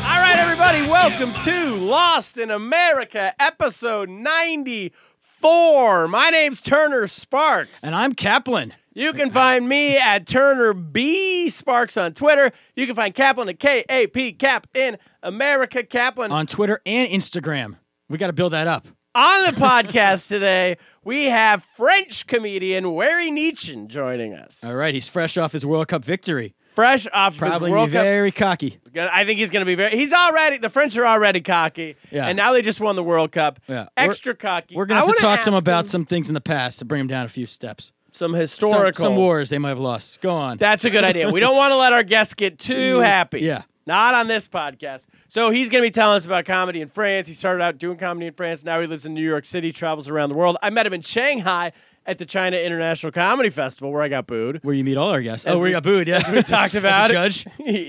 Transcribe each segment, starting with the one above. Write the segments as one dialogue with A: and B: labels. A: All right, everybody, welcome to Lost in America, episode 94. My name's Turner Sparks.
B: And I'm Kaplan.
A: You can find me at Turner B Sparks on Twitter. You can find Kaplan at K A P Cap in America Kaplan.
B: on Twitter and Instagram. We got to build that up.
A: On the podcast today, we have French comedian Wary Nietzsche joining us.
B: All right, he's fresh off his World Cup victory.
A: Fresh off
B: Probably
A: his World
B: be
A: Cup
B: very cocky.
A: Gonna- I think he's going to be very. He's already. The French are already cocky,
B: Yeah.
A: and now they just won the World Cup.
B: Yeah.
A: Extra cocky.
B: We're gonna
A: I
B: have to
A: wanna
B: talk to him
A: ask
B: about
A: him
B: some things in the past to bring him down a few steps.
A: some
B: Some-
A: historical.
B: some wars they might have lost. Go on.
A: That's a good idea. We don't want to let our guests get too happy.
B: Mm, Yeah.
A: Not on this podcast. So he's going to be telling us about comedy in France. He started out doing comedy in France. Now he lives in New York City, travels around the world. I met him in Shanghai at the China International Comedy Festival where I got booed.
B: Where you meet all our guests. oh,
A: we-
B: we got booed. Yeah,
A: We talked about it.
B: As a judge.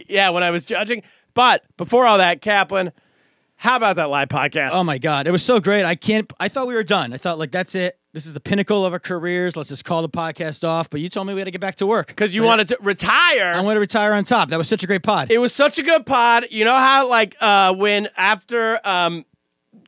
A: yeah, when I was judging. But before all that, Kaplan, how about that live podcast?
B: Oh my god, it was so great. I can't. I thought we were done. I thought like that's it. This is the pinnacle of our careers. Let's just call the podcast off. But you told me we had to get back to work
A: because you
B: So,
A: wanted to retire.
B: I want to retire on top. That was such a great pod.
A: it was such a good pod. You know how like uh when after um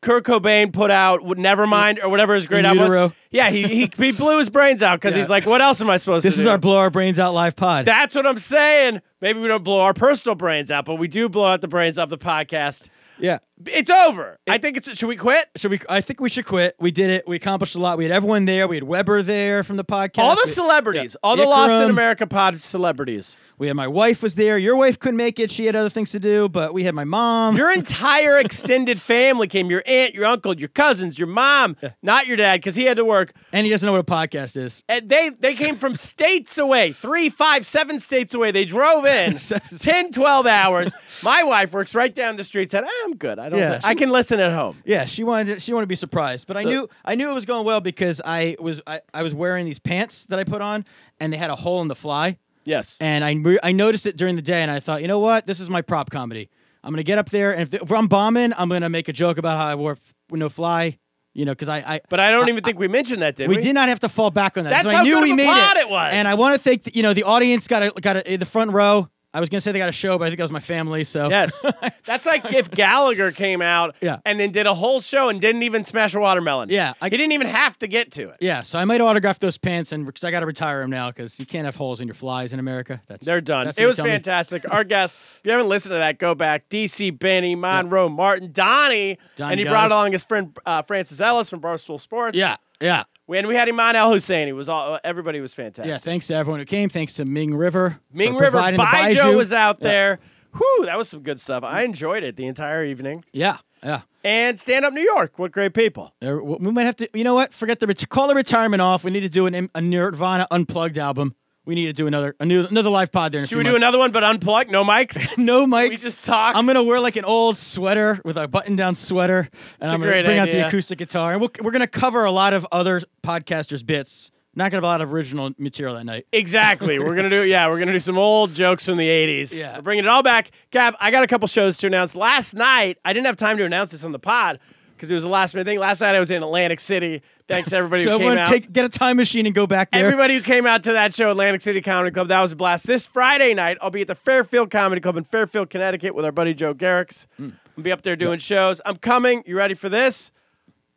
A: Kurt Cobain put out "Would- Nevermind or whatever his great
B: In
A: album was.
B: Utero.
A: Yeah, he, he he blew his brains out because he's like, what else am I supposed
B: this
A: to
B: is
A: do?
B: our blow our brains out live pod.
A: That's what I'm saying. Maybe we don't blow our personal brains out, but we do blow out the brains of the podcast.
B: yeah.
A: It's over. I think it's. Should we quit?
B: Should we? I think we should quit. We did it. We accomplished a lot. We had everyone there. We had Weber there from the podcast.
A: All the
B: We-
A: celebrities,
B: yeah.
A: all the Lost in
B: Ikram.
A: America pod celebrities.
B: We had my wife was there. Your wife couldn't make it. She had other things to do. But we had my mom.
A: Your entire extended family came. Your aunt, your uncle, your cousins, your mom, not your dad because he had to work.
B: and he doesn't know what a podcast is.
A: And they they came from states away, three, five, seven states away. They drove in 10, 12 hours. My wife works right down the street. Said, "Ah, "I'm good. I don't.
B: Yeah,
A: think-
B: she-
A: I can listen at home."
B: Yeah, she wanted to, she wanted to be surprised, but I knew I knew it was going well because I was I, I was wearing these pants that I put on, and they had a hole in the fly,
A: Yes.
B: and I re- I noticed it during the day, and I thought, you know what, this is my prop comedy. I'm gonna get up there, and if, if I'm bombing, I'm gonna make a joke about how I wore f- no fly, you know, because I, I
A: but I don't even think we mentioned that, did we?
B: We did not have to fall back on that.
A: That's
B: so
A: how
B: I knew
A: good
B: we
A: of a
B: made
A: plot
B: it.
A: it was.
B: And I want to thank the, you know the audience got a, got a, the front row. I was gonna say they got a show, but I think that was my family. So
A: Yes. That's like if Gallagher came out
B: Yeah.
A: and then did a whole show and didn't even smash a watermelon.
B: Yeah, I-
A: he didn't even have to get to it.
B: yeah. So I might autograph those pants, and because I got to retire them now because you can't have holes in your flies in America. That's
A: They're done.
B: that's
A: it
B: what they
A: was
B: tell me.
A: fantastic. Our guests, if you haven't listened to that, go back. DC, Benny, Monroe, Martin, Donnie,
B: Donnie
A: and he
B: got
A: brought
B: us.
A: along his friend uh, Francis Ellis from Barstool Sports.
B: Yeah, yeah,
A: We- and we had Iman El Hussein. He was all. uh, Everybody was fantastic.
B: yeah. Thanks to everyone who came. Thanks to Ming River.
A: Ming
B: for
A: River
B: providing the
A: Baijo
B: Baijiu.
A: was out there. Whew, that was some good stuff. I enjoyed it the entire evening.
B: Yeah, yeah.
A: And stand up New York. What great people.
B: There- w- We might have to. You know what? Forget the ret- call the retirement off. We need to do an, a Nirvana unplugged album. We need to do another a new, another live pod there. In a
A: Should
B: few
A: we do
B: months.
A: another one but unplugged? No mics.
B: No mics.
A: We just talk.
B: I'm gonna wear like an old sweater with a button-down sweater, and
A: a
B: I'm gonna
A: great
B: bring out
A: idea.
B: the acoustic guitar, and we'll, we're gonna cover a lot of other podcasters' bits. Not gonna have a lot of original material that night.
A: Exactly. We're gonna do yeah, we're gonna do some old jokes from the eighties.
B: Yeah.
A: We're bringing it all back. Cap, I got a couple shows to announce. Last night, I didn't have time to announce this on the pod because it was the last minute thing. Last night I was in Atlantic City. Thanks to everybody
B: so
A: who came
B: everyone,
A: out.
B: take get a time machine and go back there.
A: Everybody who came out to that show, Atlantic City Comedy Club, that was a blast. This Friday night, I'll be at the Fairfield Comedy Club in Fairfield, Connecticut with our buddy Joe Garrix. I'll be up there doing shows. I'm coming. You ready for this?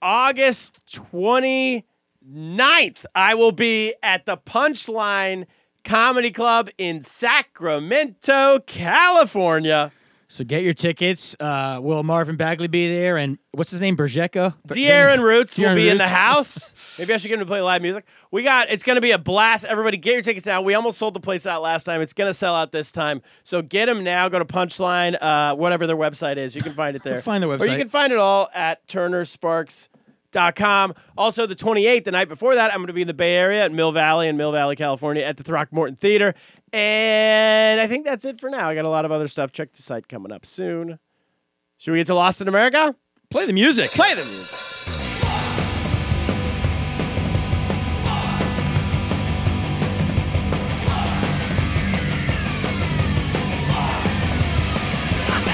A: August 29th, I will be at the Punchline Comedy Club in Sacramento, California.
B: so get your tickets. Uh, will Marvin Bagley be there? And what's his name? Bergeco.
A: De'Aaron Roots will
B: De'Aaron
A: be in the
B: Roots.
A: house. Maybe I should get him to play live music. We got it's going to be a blast. Everybody, get your tickets now. We almost sold the place out last time. It's going to sell out this time. So get them now. Go to Punchline, uh, whatever their website is. You can find it there.
B: Find the
A: Or you
B: website.
A: can find it all at turnersparks.com. Also, the 28th, the night before that, I'm going to be in the Bay Area at Mill Valley in Mill Valley, California at the Throckmorton Theater. And I think that's it for now. I got a lot of other stuff. Check the site coming up soon. Should we get to Lost in America?
B: Play the music.
A: Play the music.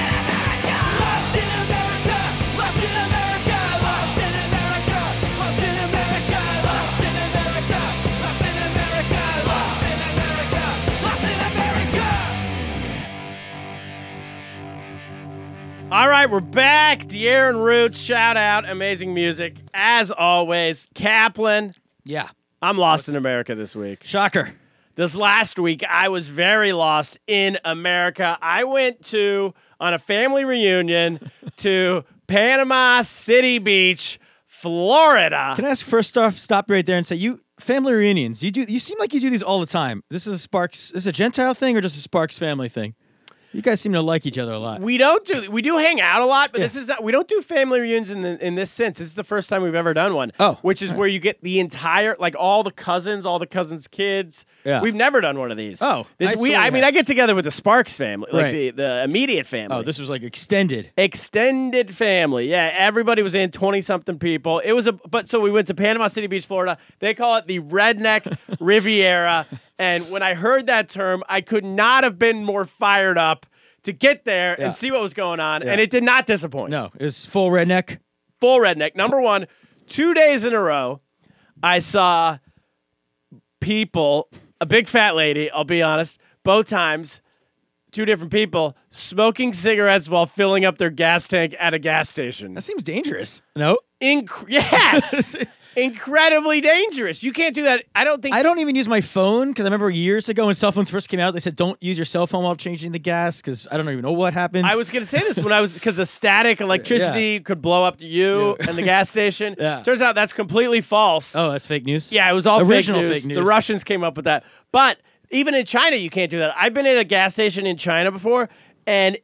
C: Lost in America, lost in America, lost in America, lost in America, lost in America, lost in America, lost in America, lost in America.
A: All right, we're back. De'Aaron Roots, shout out, amazing music as always. Kaplan,
B: Yeah.
A: I'm lost in America this week.
B: Shocker.
A: This last week, I was very lost in America. I went to on a family reunion to Panama City Beach, Florida.
B: Can I ask first off, stop right there and say you family reunions. You do. You seem like you do these all the time. This is a Sparks. This is a Gentile thing or just a Sparks family thing? You guys seem to like each other a lot.
A: we don't do we do hang out a lot, but this is not we don't do family reunions in the, in this sense. This is the first time we've ever done one.
B: Oh,
A: which is where you get the entire like all the cousins, all the cousins' kids.
B: Yeah.
A: we've never done one of these.
B: Oh,
A: this
B: I
A: we
B: saw
A: I mean
B: that.
A: I get together with the Sparks family, like
B: Right.
A: the, the immediate family.
B: oh, this was like extended.
A: extended family. Yeah, everybody was in 20 something people. It was a but so we went to Panama City Beach, Florida. They call it the Redneck Riviera, and when I heard that term, I could not have been more fired up to get there
B: Yeah.
A: and see what was going on, and
B: Yeah.
A: it did not disappoint.
B: No, it was full redneck.
A: Full redneck. Number 1, 2 days in a row, I saw people, a big fat lady, I'll be honest, both times Two different people smoking cigarettes while filling up their gas tank at a gas station.
B: That seems dangerous. No,
A: Inc- yes, incredibly dangerous. You can't do that. I don't think.
B: I don't even use my phone because I remember years ago when cell phones first came out, they said don't use your cell phone while changing the gas because I don't even know what happens.
A: I was gonna say this when I was because the static electricity could blow up you and the gas station.
B: Yeah.
A: Turns out that's completely false.
B: Oh, that's fake news.
A: Yeah, it was all
B: Original
A: fake, news.
B: fake news.
A: The Russians came up with that. But even in China, you can't do that. I've been at a gas station in China before, and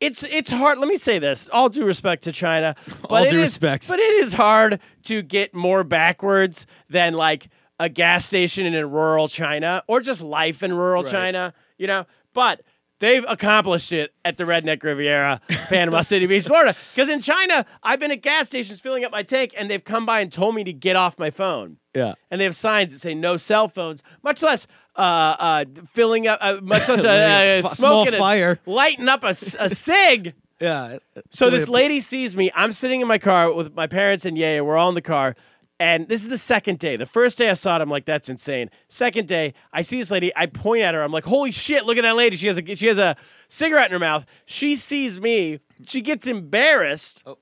A: it's it's hard. Let me say this: all due respect to China, but
B: All
A: it
B: due
A: is-
B: respect.
A: but it is hard to get more backwards than like a gas station in rural China or just life in rural China. You know, but. They've accomplished it at the Redneck Riviera, Panama City Beach, Florida. Because in China, I've been at gas stations filling up my tank, and they've come by and told me to get off my phone
B: Yeah.
A: and they have signs that say no cell phones, much less uh, uh, filling up, uh, much less uh, uh,
B: F- small
A: smoking a-
B: fire.
A: lighting up a, s- a cig.
B: Yeah.
A: So this lady sees me. I'm sitting in my car with my parents and Yaya. We're all in the car. And this is the second day. The first day I saw it, I'm like, "That's insane." Second day, I see this lady. I point at her. I'm like, "Holy shit! Look at that lady. She has a she has a cigarette in her mouth." She sees me. She gets embarrassed,
B: Oh.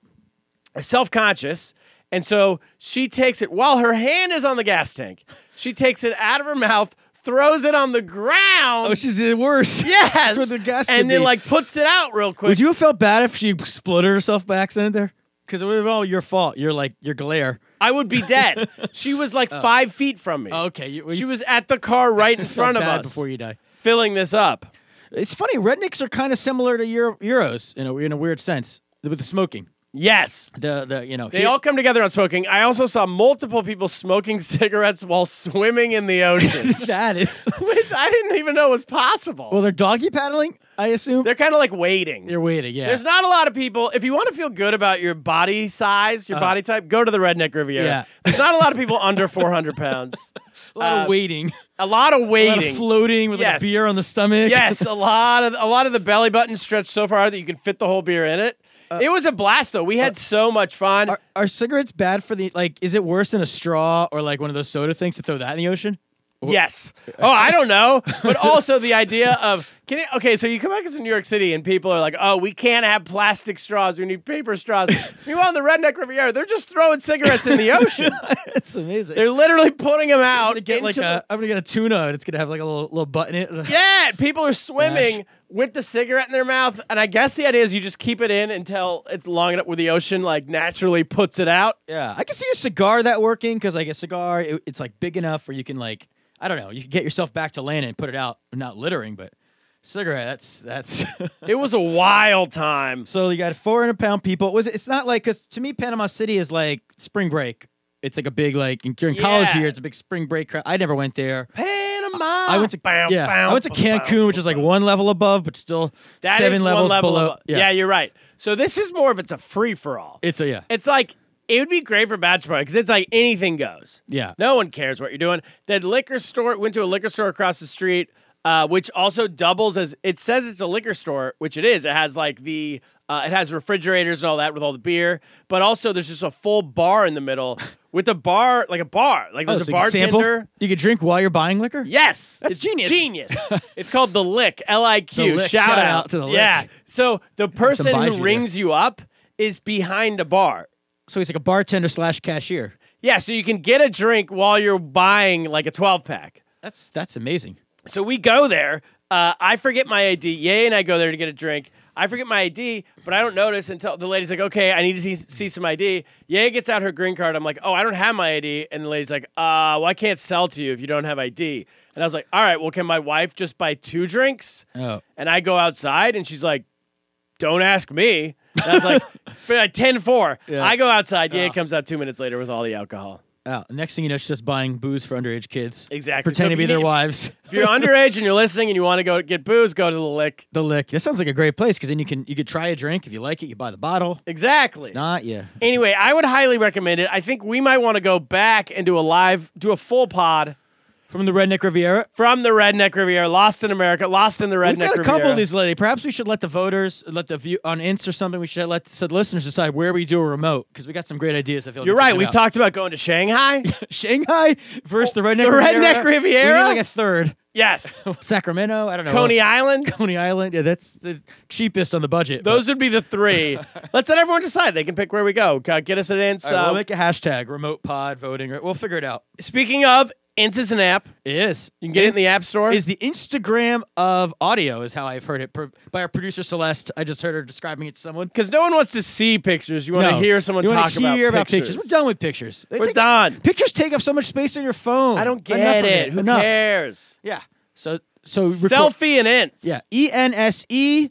A: self conscious, and so she takes it while her hand is on the gas tank. She takes it out of her mouth, throws it on the ground.
B: Oh, she's the worst.
A: yes,
B: That's where the gas could
A: and then
B: be.
A: like puts it out real quick.
B: Would you have felt bad if she spluttered herself by accident there? Because it would have been all your fault. You're like your glare.
A: I would be dead. she was like five feet from me.
B: Oh. Okay, you,
A: She was at the car right in front of
B: bad
A: us
B: before you die.
A: filling this up.
B: It's funny. Rednecks are kind of similar to Euro- Euros in a in a weird sense with the smoking.
A: Yes.
B: The the you know
A: They
B: here-
A: all come together on smoking. I also saw multiple people smoking cigarettes while swimming in the ocean,
B: that is
A: which I didn't even know was possible.
B: well they're doggy paddling. I assume
A: They're kind of like waiting.
B: you're waiting. Yeah,
A: There's not a lot of people. If you want to feel good about your body size, your body type, go to the Redneck Riviera.
B: Uh-huh. Yeah.
A: There's not a lot of people under 400 pounds.
B: a lot
A: uh,
B: of waiting,
A: A lot of
B: a lot
A: waiting.
B: of floating with like
A: Yes.
B: a beer on the stomach.
A: yes, a lot of a lot of the belly button stretched so far that you can fit the whole beer in it. it was a blast though. We had so much fun.
B: Uh, Are, are cigarettes bad for the like? Is it worse than a straw or like one of those soda things to throw that in the ocean?
A: yes. Oh, I don't know, but also the idea of can it, okay. So you come back to New York City and people are like, "Oh, we can't have plastic straws. We need paper straws." Meanwhile, in the Redneck Riviera, they're just throwing cigarettes in the ocean.
B: It's amazing.
A: They're literally putting them out.
B: gonna get like
A: into the-
B: a, I'm gonna get a tuna and it's gonna have like a little little button in it.
A: Yeah, people are swimming with the cigarette in their mouth, and I guess the idea is you just keep it in until it's long enough where the ocean like naturally puts it out.
B: Yeah, I can see a cigar that working because like a cigar, it, it's like big enough where you can like I don't know, you can get yourself back to land and put it out, not littering, but cigarette. That's that's.
A: It was a wild time.
B: so you got four hundred pound people. Was it, it's not like because to me Panama City is like spring break. It's like a big like in- during college
A: Yeah.
B: year, it's a big spring break crowd. I never went there.
A: Panama Panama.
B: I went to
A: Bow,
B: yeah,
A: bow,
B: I went to
A: bow, bow,
B: Cancun, which is like one level above, but still
A: That
B: seven
A: is one
B: levels
A: level
B: below.
A: above. Yeah. you're right. So this is more of it's a free for all.
B: it's a yeah.
A: It's like it would be great for bachelor party because it's like anything goes.
B: Yeah.
A: no one cares what you're doing. That liquor store went to a liquor store across the street, uh, which also doubles as it says it's a liquor store, which it is. It has like the uh, it has refrigerators and all that with all the beer, but also there's just a full bar in the middle with a bar like a bar like
B: Oh,
A: there's
B: so
A: a
B: you can sample?
A: bartender.
B: You can drink while you're buying liquor.
A: Yes,
B: That's
A: it's
B: genius.
A: Genius. it's called the lick. L I Q.
B: The Lick.
A: Shout,
B: Shout
A: out.
B: out to The Lick.
A: Yeah. So the person
B: buys you
A: who
B: there.
A: rings you up is behind a bar.
B: So he's like a bartender slash cashier.
A: Yeah. So you can get a drink while you're buying like a 12 pack.
B: That's that's amazing.
A: So we go there. Uh, I forget my ID. Yay, and I go there to get a drink. I forget my ID, but I don't notice until the lady's like, "Okay, I need to see, see some ID." Yay gets out her green card. I'm like, "Oh, I don't have my ID," and the lady's like, "Uh, well, I can't sell to you if you don't have ID." And I was like, "All right, well, can my wife just buy two drinks?"
B: Oh,
A: And I go outside and she's like, don't ask me. And I was like, for like 10 4.
B: Yeah.
A: I go outside. Yeah, it comes out two minutes later with all the alcohol.
B: oh. Next thing you know, she's just buying booze for underage kids.
A: Exactly. So
B: Pretend to
A: if
B: be
A: you
B: their
A: need-
B: wives.
A: If you're underage and you're listening and you want to go get booze, go to the lick.
B: The lick. That sounds like a great place because then you can you could try a drink if you like it. You buy the bottle.
A: Exactly.
B: Not yeah.
A: Anyway, I would highly recommend it. I think we might want to go back and do a live, do a full pod
B: From the Redneck Riviera.
A: from the Redneck Riviera, Lost in America, Lost in the Redneck
B: We've got a
A: Riviera.
B: couple of these lately. Perhaps we should let the voters, let the view on Insta or something. We should let the listeners decide where we do a remote because we got some great ideas. I feel like
A: You're
B: we're
A: right.
B: thinking
A: We've
B: about.
A: talked about going to Shanghai.
B: Shanghai versus the Redneck.
A: the
B: Riviera.
A: Redneck
B: We
A: Riviera?
B: need like a third.
A: yes.
B: Sacramento. I don't know.
A: Coney Island.
B: Coney Island. Yeah, that's the cheapest on the budget.
A: Those would be the three. Let's let everyone decide. They can pick where we go. Uh, Get us an ins.
B: All right,
A: uh,
B: we'll make a hashtag remote pod voting. right? We'll figure it out.
A: Speaking of, Ints is an app.
B: It is.
A: You can get it in the app store.
B: Is the Instagram of audio is how I've heard it per, by our producer Celeste. I just heard her describing it to someone.
A: because no one wants to see pictures. You want to
B: No.
A: hear someone
B: You wanna
A: talk
B: hear
A: about,
B: pictures. We're done with pictures. They
A: We're
B: take-
A: done.
B: Pictures take up so much space on your phone.
A: I don't
B: Enough
A: get
B: of
A: it. Who
B: Enough.
A: cares?
B: Yeah. So so record-
A: Selfie and Ints.
B: Yeah. E N S E.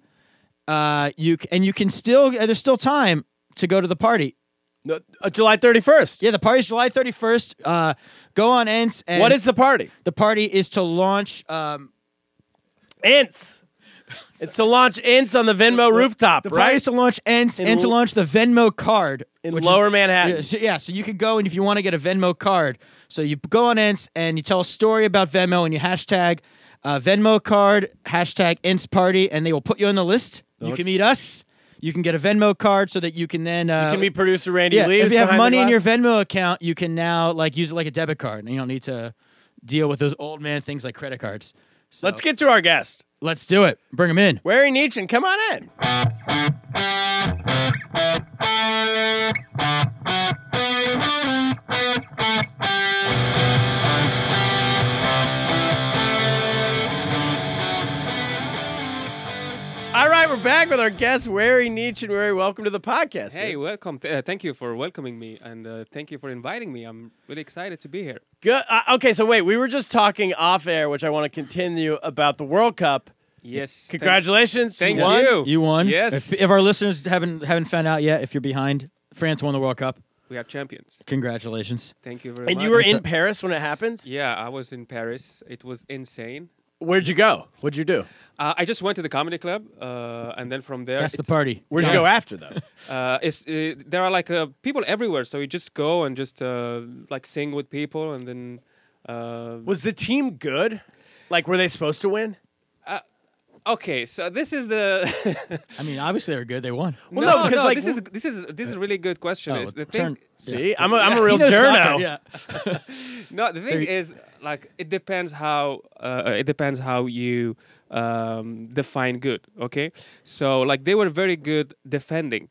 B: Uh, you c- and you can still uh, there's still time to go to the party.
A: No, uh, July 31st.
B: Yeah, the party's July 31st. Uh, go on Ents. And
A: What is the party?
B: the party is to launch um,
A: Ints. It's to launch Ints on the Venmo rooftop,
B: The plan
A: right?
B: is to launch and,
A: In
B: and to
A: l-
B: launch the Venmo card
A: In
B: which
A: Lower
B: is-
A: Manhattan.
B: Yeah so, yeah, so you could go and if you want to get a Venmo card, so you go on Ents and you tell a story about Venmo and you hashtag uh, Venmo card hashtag Ents party and they will put you on the list. You can meet us. You can get a Venmo card so that you can then uh,
A: Can be producer Randy
B: yeah.
A: Leaves
B: If you have
A: behind the
B: money in your
A: glass.
B: Venmo account, you can now like use it like a debit card and you don't need to deal with those old man things like credit cards. So,
A: Let's get to our guest.
B: let's do it. Bring them in.
A: Wary Nietzsche, come on in. All right, we're back with our guest, Wary Nietzsche. Wary, welcome to the podcast.
D: Hey, welcome. Th- uh, thank you for welcoming me and uh, thank you for inviting me. I'm really excited to be here.
A: Good. Uh, okay, so wait, we were just talking off air, which I want to continue about the World Cup.
D: Yes. thank-
A: Congratulations,
D: Thank
A: you won.
D: you.
B: You won.
D: Yes.
B: If, if our listeners haven't haven't found out yet, if you're behind, France won the World Cup.
D: We are champions.
B: Congratulations.
D: Thank you very
A: And
D: much.
A: you were in
B: That's
A: Paris when it happened.
D: Yeah, I was in Paris. It was insane.
A: Where'd you go? What'd you do?
D: Uh, I just went to the comedy club, uh, and then from there,
B: That's the
D: it's-
B: party.
A: Where'd you go after though?
D: Uh, it's, uh, there are like uh, people everywhere, so you just go and just uh, like sing with people, and then uh,
A: Was the team good? Like, were they supposed to win?
D: okay. So this is the
B: I mean, obviously they're good. They won.
A: Well, no, 'cause, like,
D: this is this is this is a really good question.
B: Oh,
D: It's the
B: turn-
D: thing,
A: See, I'm a, I'm a
B: He
A: real
B: knows soccer,
A: journo.
B: Yeah.
D: No, the thing is, like, it depends how uh, it depends how you um, define good. Okay, so like they were very good defending.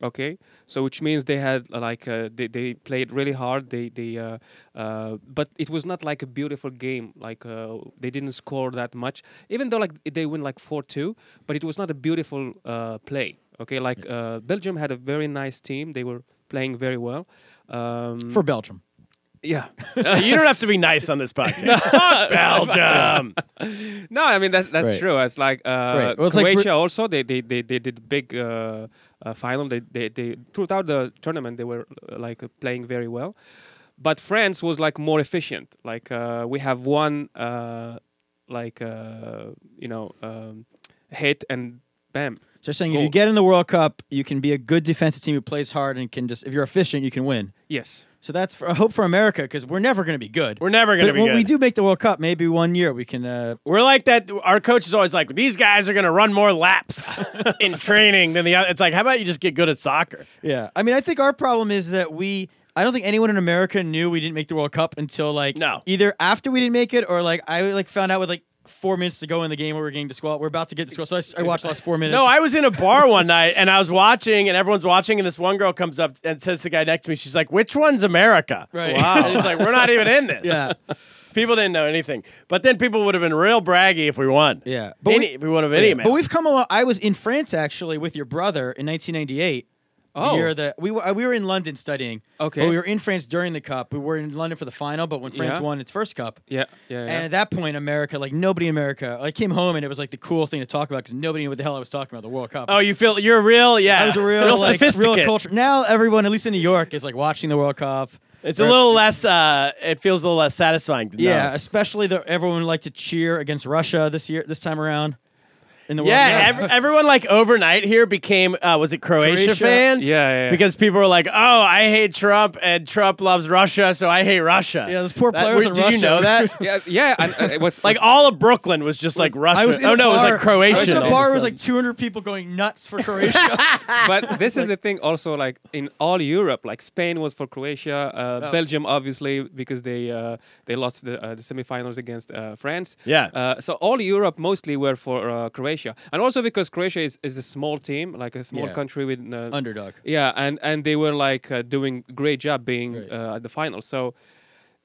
D: Okay, so which means they had uh, like uh, they they played really hard. They they uh, uh, but it was not like a beautiful game. Like uh, they didn't score that much, even though like they win like four two. But it was not a beautiful uh, play. Okay, like uh, Belgium had a very nice team. They were playing very well. Um,
B: For Belgium.
D: yeah.
A: you don't have to be nice on this podcast. Fuck Belgium.
D: No, I mean that's that's
B: Um, Right.
D: true. It's like uh,
B: Well, it's like
D: Croatia
B: Br-
D: also they they they, they did big uh, uh, final. They, they they throughout the tournament they were uh, like uh, playing very well, but France was like more efficient. Like uh, we have one, uh, like uh, you know, um, hit and bam.
B: So you're saying if
D: Goal.
B: you get in the World Cup, you can be a good defensive team who plays hard and can just if you're efficient, you can win.
D: Yes.
B: So that's for, a hope for America because we're never going to be good.
A: We're never gonna
B: But
A: be
B: when
A: good.
B: we do make the World Cup, maybe one year we can. Uh,
A: We're like that. Our coach is always like, these guys are going to run more laps in training than the other. It's like, how about you just get good at soccer?
B: yeah, I mean, I think our problem is that we. I don't think anyone in America knew we didn't make the World Cup until like
A: No.
B: either after we didn't make it or like I like found out with like four minutes to go in the game where we're getting disqualified. We're about to get disqualified. So I, I watched the last four minutes.
A: No, I was in a bar one night and I was watching, and everyone's watching, and this one girl comes up and says to the guy next to me, she's like, "Which one's America?"
B: Right.
A: Wow. And he's like, "We're not even in this."
B: yeah
A: People didn't know anything, but then people would have been real braggy if we won.
B: yeah.
A: But
B: But
A: any,
B: we-
A: if we would have any.
B: Yeah,
A: amount.
B: But we've come along. I was in France actually with your brother in 1998.
D: Oh.
B: the year that we were, uh, we were in London studying.
D: Okay.
B: but we were in France during the cup. We were in London for the final, but when France
D: Yeah.
B: won its first cup,
D: Yeah. Yeah. yeah.
B: and at that point, America, like nobody in America, I came home and it was like the cool thing to talk about because nobody knew what the hell I was talking about the World Cup.
A: oh, you feel you're real. Yeah,
B: I was a real,
A: real
B: like,
A: sophisticated.
B: real culture. Now everyone, at least in New York, is like watching the World Cup.
A: It's a
B: Or-
A: little less. Uh, it feels a little less satisfying. To know.
B: yeah, especially the everyone would like to cheer against Russia this year, this time around. In the World
A: Yeah,
B: Cup.
A: ev- everyone like overnight here became uh, was it Croatia,
B: Croatia.
A: fans?
D: Yeah, yeah, yeah.
A: because people were like, "Oh, I hate Trump, and Trump loves Russia, so I hate Russia."
B: Yeah, those poor
A: That-
B: players
A: were-
B: in
A: did
B: Russia.
A: you know that?
D: yeah. Yeah. And, uh, it was
A: like all of Brooklyn was just like Russia.
B: I was in
A: oh
B: a
A: no, it was
B: bar-
A: like Croatian.
B: I was in
A: all
B: a
A: of a
B: bar was
A: sudden.
B: like 200 people going nuts for Croatia.
D: but this is the thing also like in all europe like spain was for croatia uh, belgium obviously because they uh, they lost the, uh, the semifinals against uh, france
A: Yeah.
D: uh, so all europe mostly were for uh, croatia and also because croatia is, is a small team like a small
B: Yeah.
D: country with uh,
B: Underdog.
D: yeah and and they were like uh, doing great job being
B: Right.
D: uh, at the finals so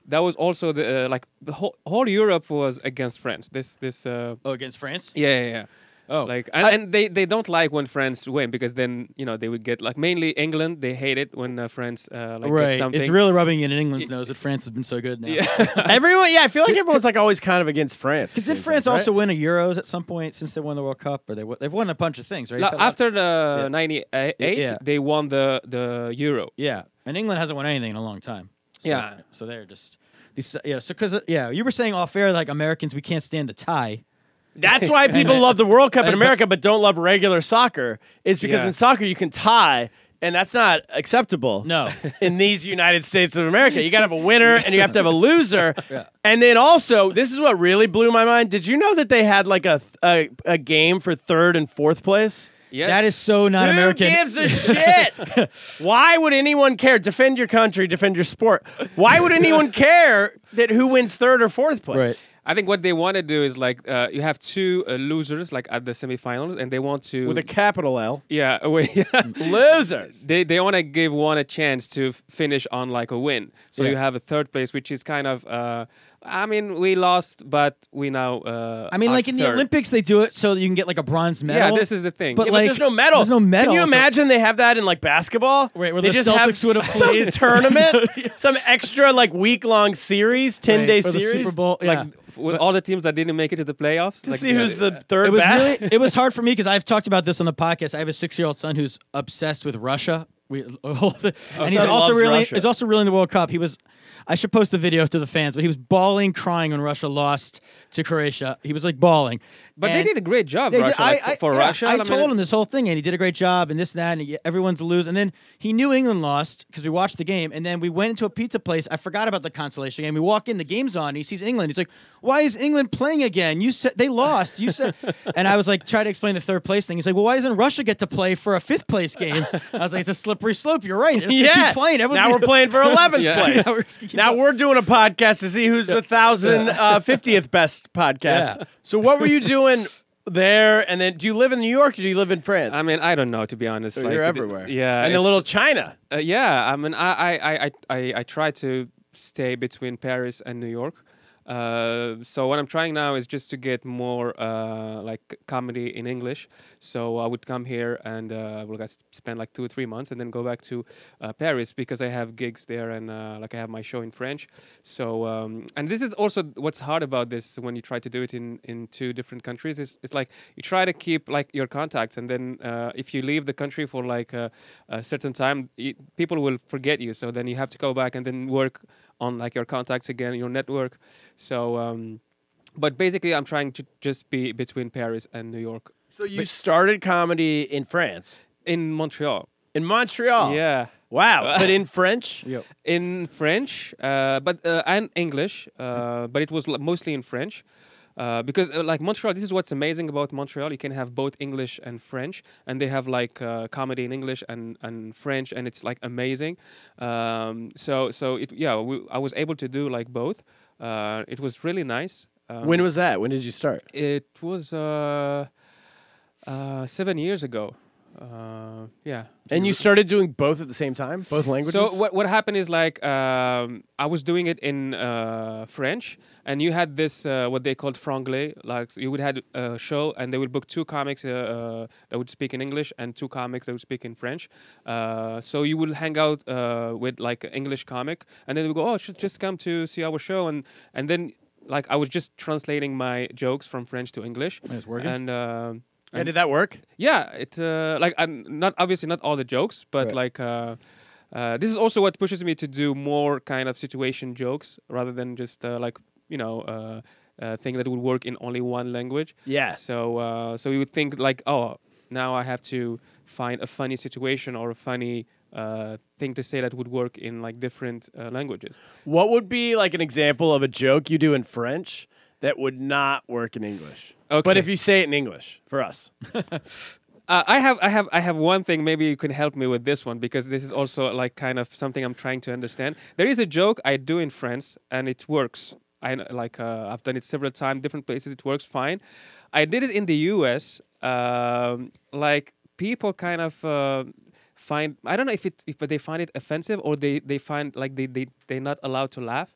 D: that was also the uh, like the whole, whole europe was against france this this uh,
B: Oh, against France?
D: yeah, yeah, yeah.
B: Oh.
D: like and, and they they don't like when France win because then you know they would get like mainly England they hate it when uh, France uh, like gets
B: right.
D: something.
B: It's really rubbing it in England's nose that France has been so good now.
D: yeah.
A: everyone. Yeah, I feel like everyone's like always kind of against France.
B: Because did France also win a Euros at some point since they won the World Cup? Or they w- they've won a bunch of things, right?
D: Like,
B: Felt like-
D: after the '98
B: Yeah.
D: they won the the Euro.
B: yeah, and England hasn't won anything in a long time. So,
D: Yeah.
B: so they're just these. Yeah, so because yeah, you were saying off air like Americans we can't stand the tie.
A: That's why people love the World Cup in
B: and-
A: America, but don't love regular soccer. Is because
D: Yeah.
A: in soccer you can tie, and that's not acceptable.
B: No.
A: in these United States of America, you got to have a winner and you have to have a loser. And then also, this is what really blew my mind. Did you know that they had like a a, a game for third and fourth place?
D: Yes.
B: That is so not
A: Who
B: American.
A: gives a shit? Why would anyone care? Defend your country, defend your sport. Why would anyone care that who wins third or fourth place?
B: Right.
D: I think what they want to do is like uh, you have two uh, losers like at the semifinals and they want to
A: With a capital L.
D: yeah away.
B: Mm.
A: Losers.
D: They, they want to give one a chance to f- finish on like a win. So
B: Yeah.
D: you have a third place, which is kind of, uh, I mean, we lost, but we now. Uh,
B: I mean,
D: are
B: like in the
D: third.
B: Olympics, they do it so that you can get like a bronze
D: Yeah,
B: medal.
D: this is the thing.
B: But
A: Yeah,
B: like,
A: but there's no medal.
B: There's no
A: Can
B: medal.
A: you
B: so-
A: imagine they have that in like basketball?
B: Right, where
A: they
B: the
A: just
B: Celtics
A: have
B: would've
A: some
B: played.
A: tournament, some extra like week long series, ten
B: Right,
A: day
B: for the
A: series.
B: Super Bowl.
D: like
B: yeah.
D: with all the teams that didn't make it to the playoffs.
A: to
D: like,
A: see
D: yeah,
A: who's the third
B: it was
A: best.
B: really it was hard for me because I've talked about this on the podcast. I have a six year old son who's obsessed with Russia. We,
D: Oh,
B: and he's
A: son loves
B: also really
A: Russia.
B: he's also really in the World Cup. He was I should post the video to the fans, but he was bawling, crying when Russia lost to Croatia. He was like bawling.
D: But
B: And
D: they did a great job,
B: they did-
D: Russia. like, for
B: yeah,
D: Russia,
B: I
D: mean,
B: told him this whole thing, and he did a great job, and this and that, and he- everyone's lose. And then he knew England lost because we watched the game, and then we went into a pizza place. I forgot about the consolation game. We walk in, the game's on. And he sees England. He's like, "Why is England playing again? You said they lost. You said." and I was like, try to explain the third place thing. He's like, "Well, why doesn't Russia get to play for a fifth place game?" I was like, "It's a slippery slope. You're right. If they
A: yeah.
B: keep playing. Everyone's
A: now
B: gonna-
A: we're playing for eleventh
D: Yeah.
A: place.
B: Yeah, we're just gonna keep
A: now
B: up.
A: we're doing a podcast to see who's the thousand uh, fiftieth best podcast.
B: Yeah.
A: So what were you doing there? And then do you live in New York or do you live in France?
D: I mean, I don't know to be honest. like,
A: you're
D: it-
A: everywhere.
D: Yeah,
A: and a
D: it's-
A: little China.
D: Uh, yeah, I mean, I I, I, I, I I try to stay between Paris and New York. Uh, so what I'm trying now is just to get more uh, like comedy in English. So I would come here and uh, we'll guys spend like two or three months and then go back to uh, Paris because I have gigs there and uh, like I have my show in French. So um, and this is also what's hard about this when you try to do it in in two different countries. It's, it's like you try to keep like your contacts and then uh, if you leave the country for like a, a certain time, y people will forget you. So then you have to go back and then work on like your contacts again, your network. So, um, but basically, I'm trying to just be between Paris and New York
A: So you started comedy in France,
D: in Montreal.
A: in Montreal.
D: Yeah,
A: Wow. but in French.
B: Yep.
D: in French, uh, but uh, and English, uh, but it was like, mostly in French. Uh, because uh, like Montreal, this is what's amazing about Montreal. You can have both English and French, and they have like uh, comedy in English and, and French, and it's like amazing. Um, so so it yeah, we, I was able to do like both. Uh, it was really nice. Um,
A: When was that? When did you start?
D: It was uh, uh, seven years ago. Uh, yeah.
A: And you started doing both at the same time, both languages.
D: So what what happened is like um, I was doing it in uh, French, and you had this uh, what they called franglais. Like you would had a show, and they would book two comics uh, uh, that would speak in English and two comics that would speak in French. Uh, so you would hang out uh, with like an English comic, and then we go, oh, should just come to see our show, and and then like I was just translating my jokes from French to English. And
B: it's working?
D: And. Uh,
A: yeah, did that work?
D: yeah it uh, like i'm not obviously not all the jokes but
B: Right.
D: like uh, uh, this is also what pushes me to do more kind of situation jokes rather than just uh, like you know uh, uh, thing that would work in only one language
A: Yeah.
D: so uh, so you would think like oh now i have to find a funny situation or a funny uh, thing to say that would work in like different uh, languages
A: What would be like an example of a joke you do in French that would not work in English? But
D: Okay.
A: if you say it in English for us,
D: Uh, I have, I have, I have one thing. Maybe you can help me with this one because this is also like kind of something I'm trying to understand. There is a joke I do in France, and it works. I kn- like uh, I've done it several times, different places. It works fine. I did it in the U.S. Um, like people kind of. Uh, find i don't know if it if they find it offensive or they they find like they they they're not allowed to laugh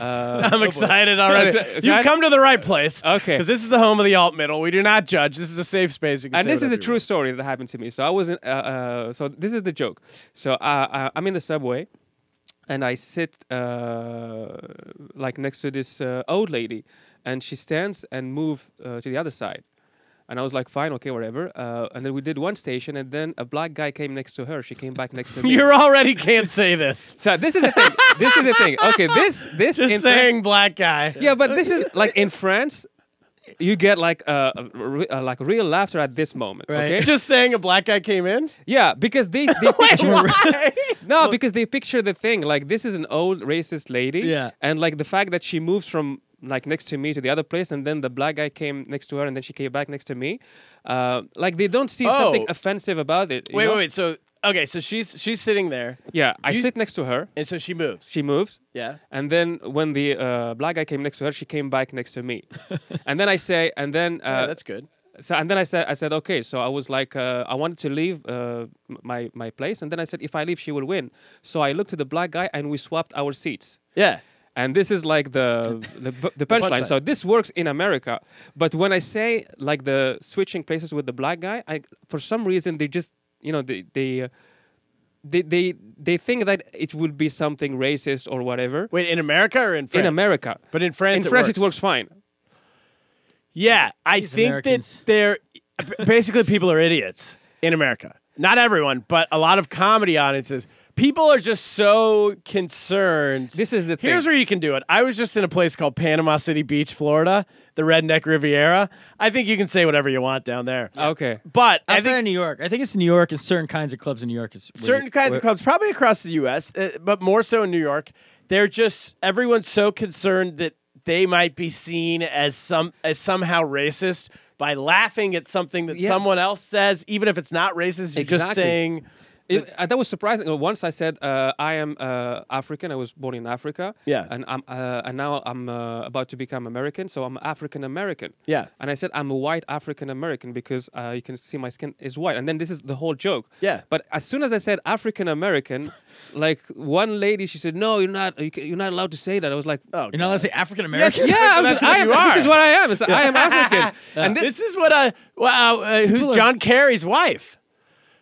D: uh,
A: I'm excited already.
D: Okay.
A: You've come to the right place.
D: Okay.
A: Because this is the home of the alt middle. We do not judge. This is a safe space. You can
D: and
A: say
D: this is
A: whatever
D: a
A: you
D: true story that happened to me. So I wasn't. Uh, uh, so this is the joke. So uh, I, I'm in the subway, and I sit uh, like next to this uh, old lady, and she stands and move uh, to the other side. And I was like, fine, okay, whatever. Uh, and then we did one station, and then a black guy came next to her. She came back next to
A: want.
D: me.
A: You're already can't say this.
D: so this is the thing. this is the thing. Okay, this this
A: Just
D: in fact-
A: saying, black guy.
D: yeah, but this is like in France, you get like uh, a re- uh, like real laughter at this moment.
B: Right.
D: Okay,
A: Just saying, a black guy came in.
D: yeah, because they, they picture,
A: Why?
D: no, because they picture the thing like this is an old racist lady,
B: Yeah.
D: and like the fact that she moves from like next to me to the other place, and then the black guy came next to her, and then she came back next to me. Uh, like they don't see something
A: Oh.
D: offensive about it. you
A: wait,
D: know?
A: wait, wait. So okay, so she's she's sitting there,
D: Yeah, I
A: You-
D: sit next to her.
A: and so she moves.
D: She moves.
A: yeah.
D: And then when the uh, black guy came next to her, she came back next to me. and then I say, and then uh,
A: yeah, that's good.
D: so and then I said I said okay so I was like uh, I wanted to leave uh, m- my my place and then I said if I leave she will win so I looked to the black guy and we swapped our seats
A: Yeah.
D: and this is like the the, b- the punchline
A: punchline.
D: so this works in America but when I say like the switching places with the black guy I for some reason they just you know they they uh, they they, they think that it would be something racist or whatever
A: Wait, in America or in France?
D: in America
A: But in France,
D: in
A: it
D: France
A: works.
D: it works fine
A: Yeah, I
B: These
A: think
B: Americans.
A: that they're basically people are idiots in America. Not everyone, but a lot of comedy audiences. People are just so concerned.
D: This is the thing.
A: Here's where you can do it. I was just in a place called Panama City Beach, Florida, the Redneck Riviera. I think you can say whatever you want down there.
D: okay
A: But I
B: Outside
A: think
B: of New York, I think it's New York and certain kinds of clubs in New York. Is where
A: certain
B: you-
A: kinds
B: where-
A: of clubs, probably across the U.S., uh, but more so in New York. They're just everyone's so concerned that they might be seen as some as somehow racist by laughing at something that
D: Yeah.
A: someone else says, even if it's not racist. You're just
D: Exactly.
A: saying
D: It, uh, that was surprising. Uh, Once I said uh, I am uh, African. I was born in Africa.
A: Yeah.
D: And I'm uh, and now I'm uh, about to become American, so I'm African American.
A: Yeah.
D: And I said I'm a white African American because uh, you can see my skin is white. And then this is the whole joke.
A: Yeah.
D: But as soon as I said African American, like one lady, she said, "No, you're not. You ca- You're not allowed to say that." I was like,
A: Oh,
B: You know, let's say African
A: Yes,
B: American.
D: Yeah,
A: But
D: I was-
A: that's
D: I
A: what
D: am,
A: you
D: this is
A: are.
D: what I am. It's, I am African. and thi-
A: Uh, this, is what I wow. Uh, who's John Kerry's wife?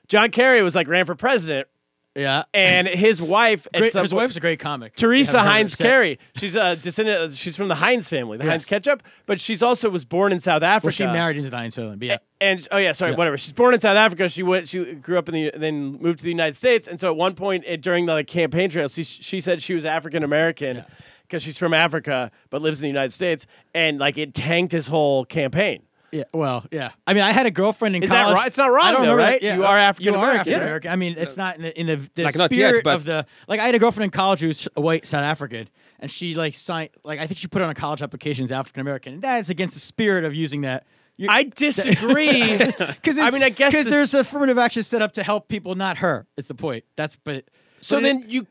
A: John Kerry was like ran for president,
B: Yeah.
A: and his wife. at
B: Great,
A: some
B: his
A: point-
B: wife's a great comic. if you
A: Teresa
B: haven't heard
A: Heinz
B: her set.
A: Carey. She's a descendant. She's from the Heinz family, the Heinz
B: Yes.
A: ketchup. But she's also was born in South Africa.
B: Well, she married into the Heinz family. But yeah.
A: And oh yeah, sorry, whatever. She's born in South Africa. She went. She grew up in the. Then moved to the United States. And so at one point eh, during the like, campaign trail, she, she said she was African American because she's from Africa but lives in the United States. And like it tanked his whole campaign.
B: Yeah. Well, yeah. I mean, I had a girlfriend in
A: Is that
B: college.
A: right? It's not wrong
B: I don't
A: though,
B: remember that-
A: right?
B: yeah,
A: You
B: uh,
A: are
B: you are
A: African-American.
B: African American. I mean, it's not in the in the, the
D: Like, not yet,
B: spirit
D: but-
B: of the like. I had a girlfriend in college who was a white South African, and she like signed like I think she put on a college application as African American, and that's against the spirit of using that. You-
A: I disagree.
B: Because
A: I mean, I guess
B: because
A: this-
B: there's affirmative action set up to help people, not her. It's the point. That's but
A: so
B: but it-
A: then you,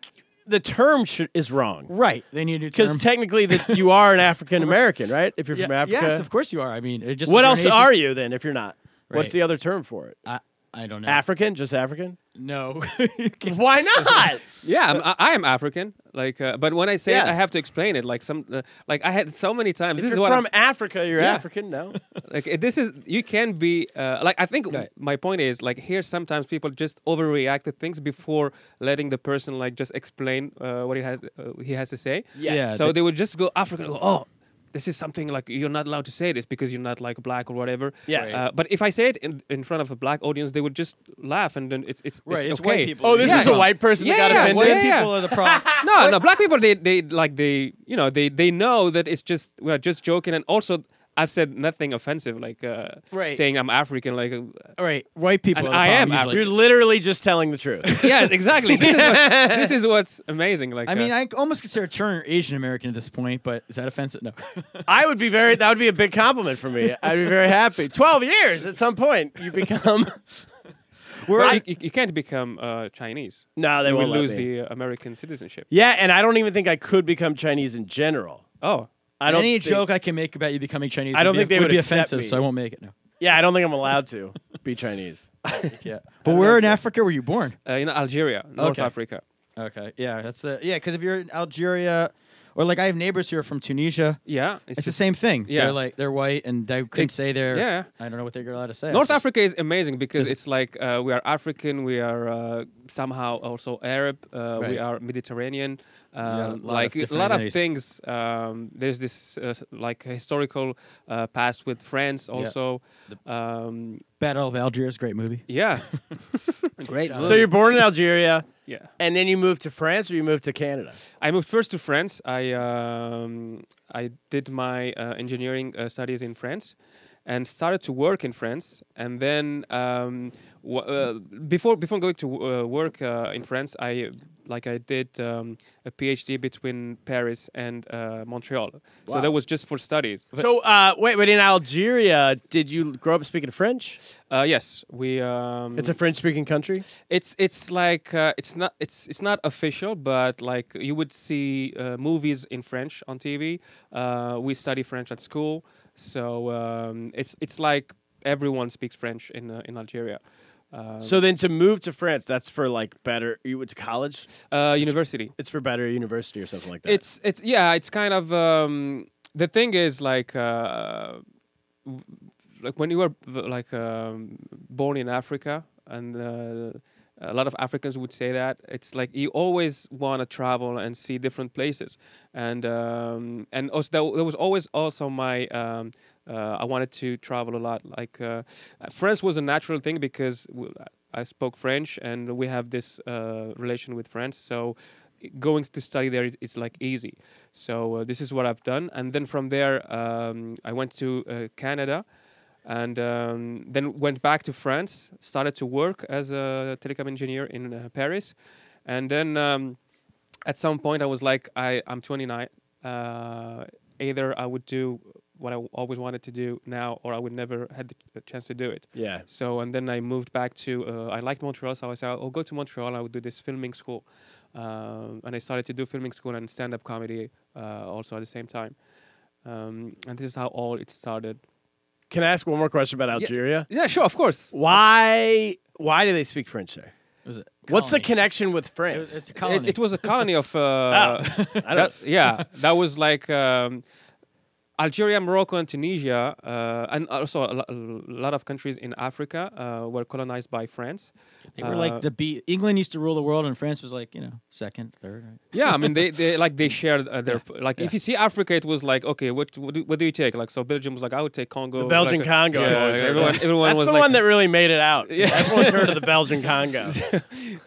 A: the term should, is wrong.
B: right? They need a new
A: Because
B: term.
A: technically, that you are an African American, right? If you're
B: Yeah,
A: from Africa,
B: Yes, of course you are. I mean, it just
A: what
B: like
A: else
B: your nation-
A: are you then? If you're not, what's
B: Right.
A: the other term for it?
B: I, I don't know.
A: African, just African.
B: no.
A: Why not?
D: Yeah, I'm, I, I am African. Like, uh, but when I say it,
A: Yeah.
D: I have to explain it. Like some, uh, like I had so many times. this
A: if
D: is
A: you're
D: what
A: from
D: I'm,
A: Africa, you're
D: Yeah.
A: African. No,
D: like. uh, This is you can be uh, like. I think w- my point is like here. Sometimes people just overreact to things before letting the person like just explain uh, what he has uh, he has to say.
A: Yes. Yeah,
D: So
B: they-
D: they would just go African. and Go, oh. This is something like you're not allowed to say this because you're not like black or whatever.
A: Yeah. Right.
D: Uh, but if I say it in, in front of a black audience, they would just laugh and then it's it's
B: Right, it's
D: It's okay.
B: white people. Oh, this
D: Yeah.
B: is a
A: white person that
D: Yeah,
A: got
D: yeah,
A: offended?
D: yeah,
B: White
D: yeah.
B: people are the problem.
D: No, no, black people they they like they you know they they know that it's just we're just joking and also I've said nothing offensive like uh
B: Right.
D: saying I'm African like uh,
B: All right, white people.
D: And
B: are the
D: I am
B: problem usually.
D: African.
A: you're literally just telling the truth.
D: yes exactly this, is what, this is what's amazing like
B: I
D: uh,
B: mean, I almost consider Turner Asian American at this point, but is that offensive? No.
A: I would be very. That would be a big compliment for me. I'd be very happy. Twelve years. At some point, you become.
D: but
B: We're
D: you- you, you can't become uh, Chinese
A: No, they
D: you
A: won't
D: will
A: let
D: lose
A: me.
D: the uh, American citizenship
A: Yeah, and I don't even think I could become Chinese in general.
D: oh
A: I don't.
B: any
A: think-
B: joke I can make about you becoming Chinese.
A: I don't
B: would
A: think
B: be,
A: they
B: would,
A: would
B: be
A: accept
B: offensive,
A: me.
B: so I won't make it. No.
A: Yeah, I don't think I'm allowed to be Chinese.
B: Yeah. But where in Africa were you born?
D: uh, in Algeria North
B: Okay.
D: Africa
B: Okay. Yeah, that's the yeah. Because if you're in Algeria, or like I have neighbors who are from Tunisia,
D: yeah
B: it's the
D: just-
B: same thing.
D: yeah.
B: They're like they're white and they couldn't
D: It-
B: say they're.
D: yeah.
B: I don't know what they're allowed to say.
D: North
B: It's-
D: Africa is amazing because it's like uh, we are African, we are uh, somehow also Arab, uh, we
B: Right.
D: are Mediterranean.
B: lot
D: Um,
B: of
D: like a
B: different
D: lot of
B: identities.
D: things. Um, there's this uh, s- like historical uh, past with France also. Yeah. Um,
B: Battle of Algiers, great movie.
D: yeah. Great.
A: So you're born in Algeria,
D: yeah.
A: and then you move to France, or you move to Canada.
D: I moved first to France. I um, I did my uh, engineering uh, studies in France, and started to work in France. And then um, w- uh, before before going to uh, work uh, in France, I uh, like I did um, a PhD between Paris and uh, Montreal. So that was just for studies.
A: So uh, wait, but in Algeria, did you grow up speaking French?
D: Uh, yes, we. Um,
A: It's a French-speaking country.
D: It's it's like uh, it's not it's it's not official, but like you would see uh, movies in French on TV. Uh, we study French at school, so um, it's it's like everyone speaks French in uh, in Algeria. Uh,
A: So then to move to France, that's for like better. You went to college.
D: uh, university.
A: It's for better university or something like that.
D: It's it's yeah. It's kind of um, the thing is like. Uh, like when you were b- like um, born in Africa, and uh, a lot of Africans would say that it's like you always want to travel and see different places, and um, and also there, there was always also my um, uh, I wanted to travel a lot. Like uh, France was a natural thing because w- I spoke French and we have this uh, relation with France, so going to study there it- it's like easy so uh, this is what i've done and then from there um, i went to uh, canada and um, then went back to France, started to work as a telecom engineer in uh, Paris, and then um, at some point I was like, I I'm 29. Uh, either I would do what I always wanted to do now, or I would never had the the chance to do it.
A: Yeah.
D: So and then I moved back to uh, I liked Montreal, so I said I'll go to Montreal. I would do this filming school, um, and I started to do filming school and stand up comedy uh, also at the same time. Um, and this is how all it started.
A: Can I ask one more question about Algeria?
D: Yeah, sure, of course.
A: Why? Why do they speak French there?
B: was it?
A: What's the
B: colony.
A: connection with France?
B: It's a
D: It,
B: colony.
D: it was a colony of.
A: Ah.
D: Uh, that- yeah, that was like um, Algeria, Morocco, and Tunisia, uh, and also a, lo- a lot of countries in Africa uh, were colonized by France.
B: they were
D: Uh,
B: like the B. England used to rule the world, and France was like you know second, third. Right?
D: yeah, I mean they, they like they shared uh, their like if you see Africa, it was like okay, what what do, what do you take? Like so, Belgium was like I would take Congo,
A: The Belgian
D: like, uh,
A: Congo.
D: Yeah,
A: was
D: like,
A: there.
D: everyone, everyone
A: That's
D: was
A: the
D: like,
A: one that really made it out.
D: Yeah.
A: Everyone's heard of the Belgian Congo.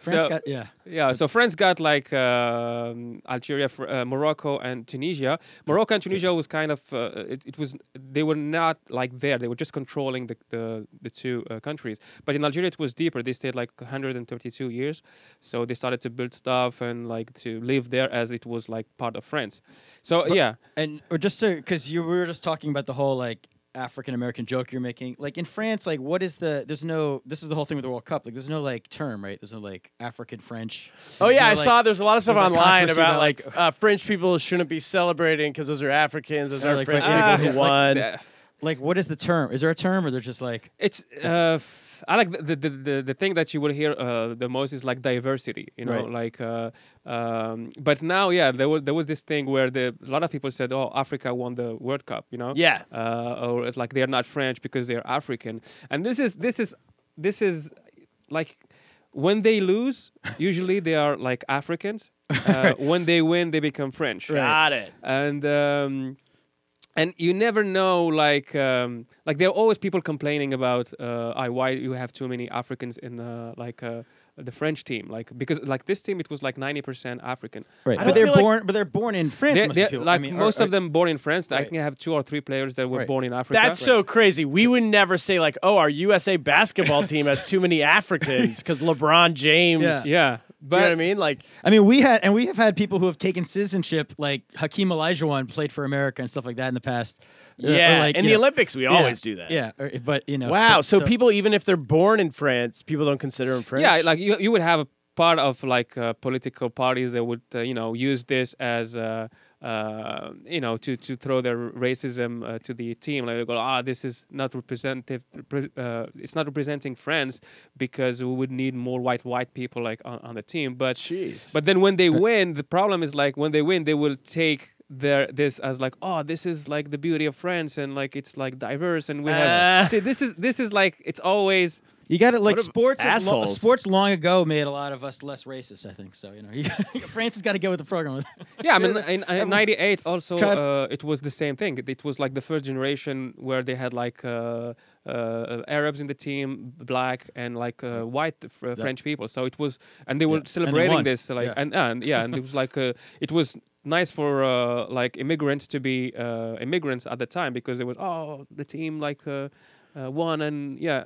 B: France
D: So-
B: got yeah.
D: Yeah, so France got like um, Algeria, Fr- uh, Morocco, and Tunisia. Morocco and Tunisia was kind of uh, it, it was they were not like there; they were just controlling the the, the two uh, countries. But in Algeria, it was deeper. They stayed like 132 years, so they started to build stuff and like to live there as it was like part of France. So yeah,
B: And or just to because you we were just talking about the whole like African American joke you're making. Like in France, like what is the? There's no. This is the whole thing with the World Cup. Like there's no like term, right? There's no like African French.
A: Oh
B: There's
A: yeah,
B: no,
A: I
B: like-
A: saw. There's a lot of stuff
B: there's a
A: online
B: controversy
A: about
B: about,
A: like uh, French people shouldn't be celebrating because those are Africans. Those
B: Yeah,
A: are
B: like
A: French
B: French
A: people who
B: people,
A: won.
D: uh,
B: Like what is the term? Is there a term, or they're just like
D: It's uh, f- I like the, the the the thing that you will hear uh, the most is like diversity, you know,
B: Right.
D: like. Uh, um, but now, yeah, there was there was this thing where the a lot of people said, "Oh, Africa won the World Cup," you know.
A: Yeah.
D: Uh, or it's like they're not French because they're African, and this is this is this is like when they lose, usually they are like Africans. Uh, when they win, they become French
A: Got it.
D: and um, and you never know like um, like there are always people complaining about uh, I, why you have too many Africans in the like uh, the French team like because like this team it was like 90% African
B: right?
A: I
B: But
A: don't
B: they're
A: feel like-
B: born. but they're born in France.
D: They-
B: most
D: they-
B: people. I
D: like
B: mean, or-
D: most
B: or-
D: of them born in France I
B: Right.
D: think I have two or three players that were
B: Right.
D: born in Africa
A: That's so crazy. We would never say like, "Oh, our USA basketball team has too many Africans" because LeBron James.
B: Yeah.
D: yeah but
A: Do you know what I mean? Like,
B: I mean, we had and we have had people who have taken citizenship, like Hakeem Olajuwon played for America and stuff like that in the past. Uh, or
A: yeah,
B: like,
A: in
B: you
A: the
B: know-
A: Olympics, we
B: yeah,
A: always do that.
B: Yeah, or- eh, but you know.
A: Wow.
B: but-
A: So, people, even if they're born in France, people don't consider them French.
D: Yeah, like you, you would have a part of like uh, political parties that would uh, you know use this as uh, uh, you know to to throw their racism uh, to the team. Like they go, ah, this is not representative. repre- Uh, it's not representing France because we would need more white white people like on, on the team. But
A: Jeez.
D: but then when they win, the problem is like when they win, they will take. Their, this as like oh this is like the beauty of France and like it's like diverse and we have
A: Uh.
D: see this is this is like it's always
B: you got to like
A: What ab-
B: sports. is lo-
A: assholes.
B: sports long ago made a lot of us less racist. I think so. You know, you- France has got to go with the program.
D: Yeah, I mean, in, in '98 also
B: Tribe-
D: uh, it was the same thing. It, it was like the first generation where they had like uh, uh, Arabs in the team, black and like uh, white fr- French people. So it was, and they were
B: And they
D: celebrating
B: won.
D: this, like,
B: Yeah.
D: and and yeah, and it was like uh, it was nice for uh, like immigrants to be uh, immigrants at the time because they were oh the team like uh, uh, won and yeah.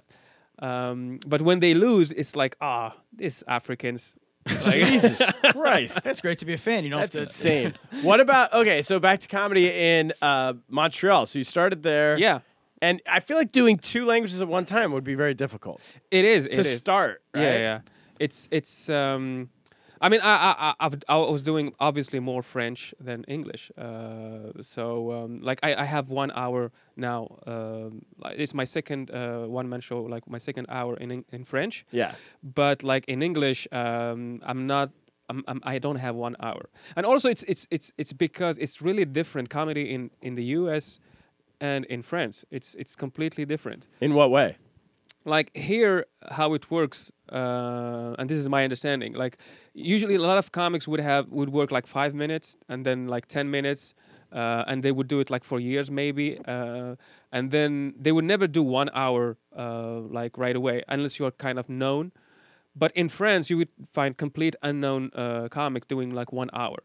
D: Um, but when they lose, it's like ah, these Africans. Like-
A: Jesus Chrisst.
B: That's great to be a fan. You know,
A: That's insane. what about okay? So back to comedy in uh, Montreal. So you started there.
D: yeah,
A: And I feel like doing two languages at one time would be very difficult
D: it is. It
A: to
D: is.
A: start. Right?
D: Yeah, yeah. It's it's. Um, I mean, I I I, I've, I was doing obviously more French than English. Uh, so um, like I, I have one hour now. Um, like it's my second uh, one man show. Like my second hour in in, in French.
A: Yeah.
D: But like in English, um, I'm not. I'm, I'm, I don't have one hour, and also it's it's it's it's because it's really different comedy in in the U.S. and in France. It's it's completely different
A: In what way?
D: like here how it works uh, and this is my understanding like usually a lot of comics would have would work like five minutes and then like 10 minutes uh, and they would do it like for years maybe uh, and then they would never do one hour uh, like right away unless you're kind of known but in france you would find complete unknown uh, comics doing like one hour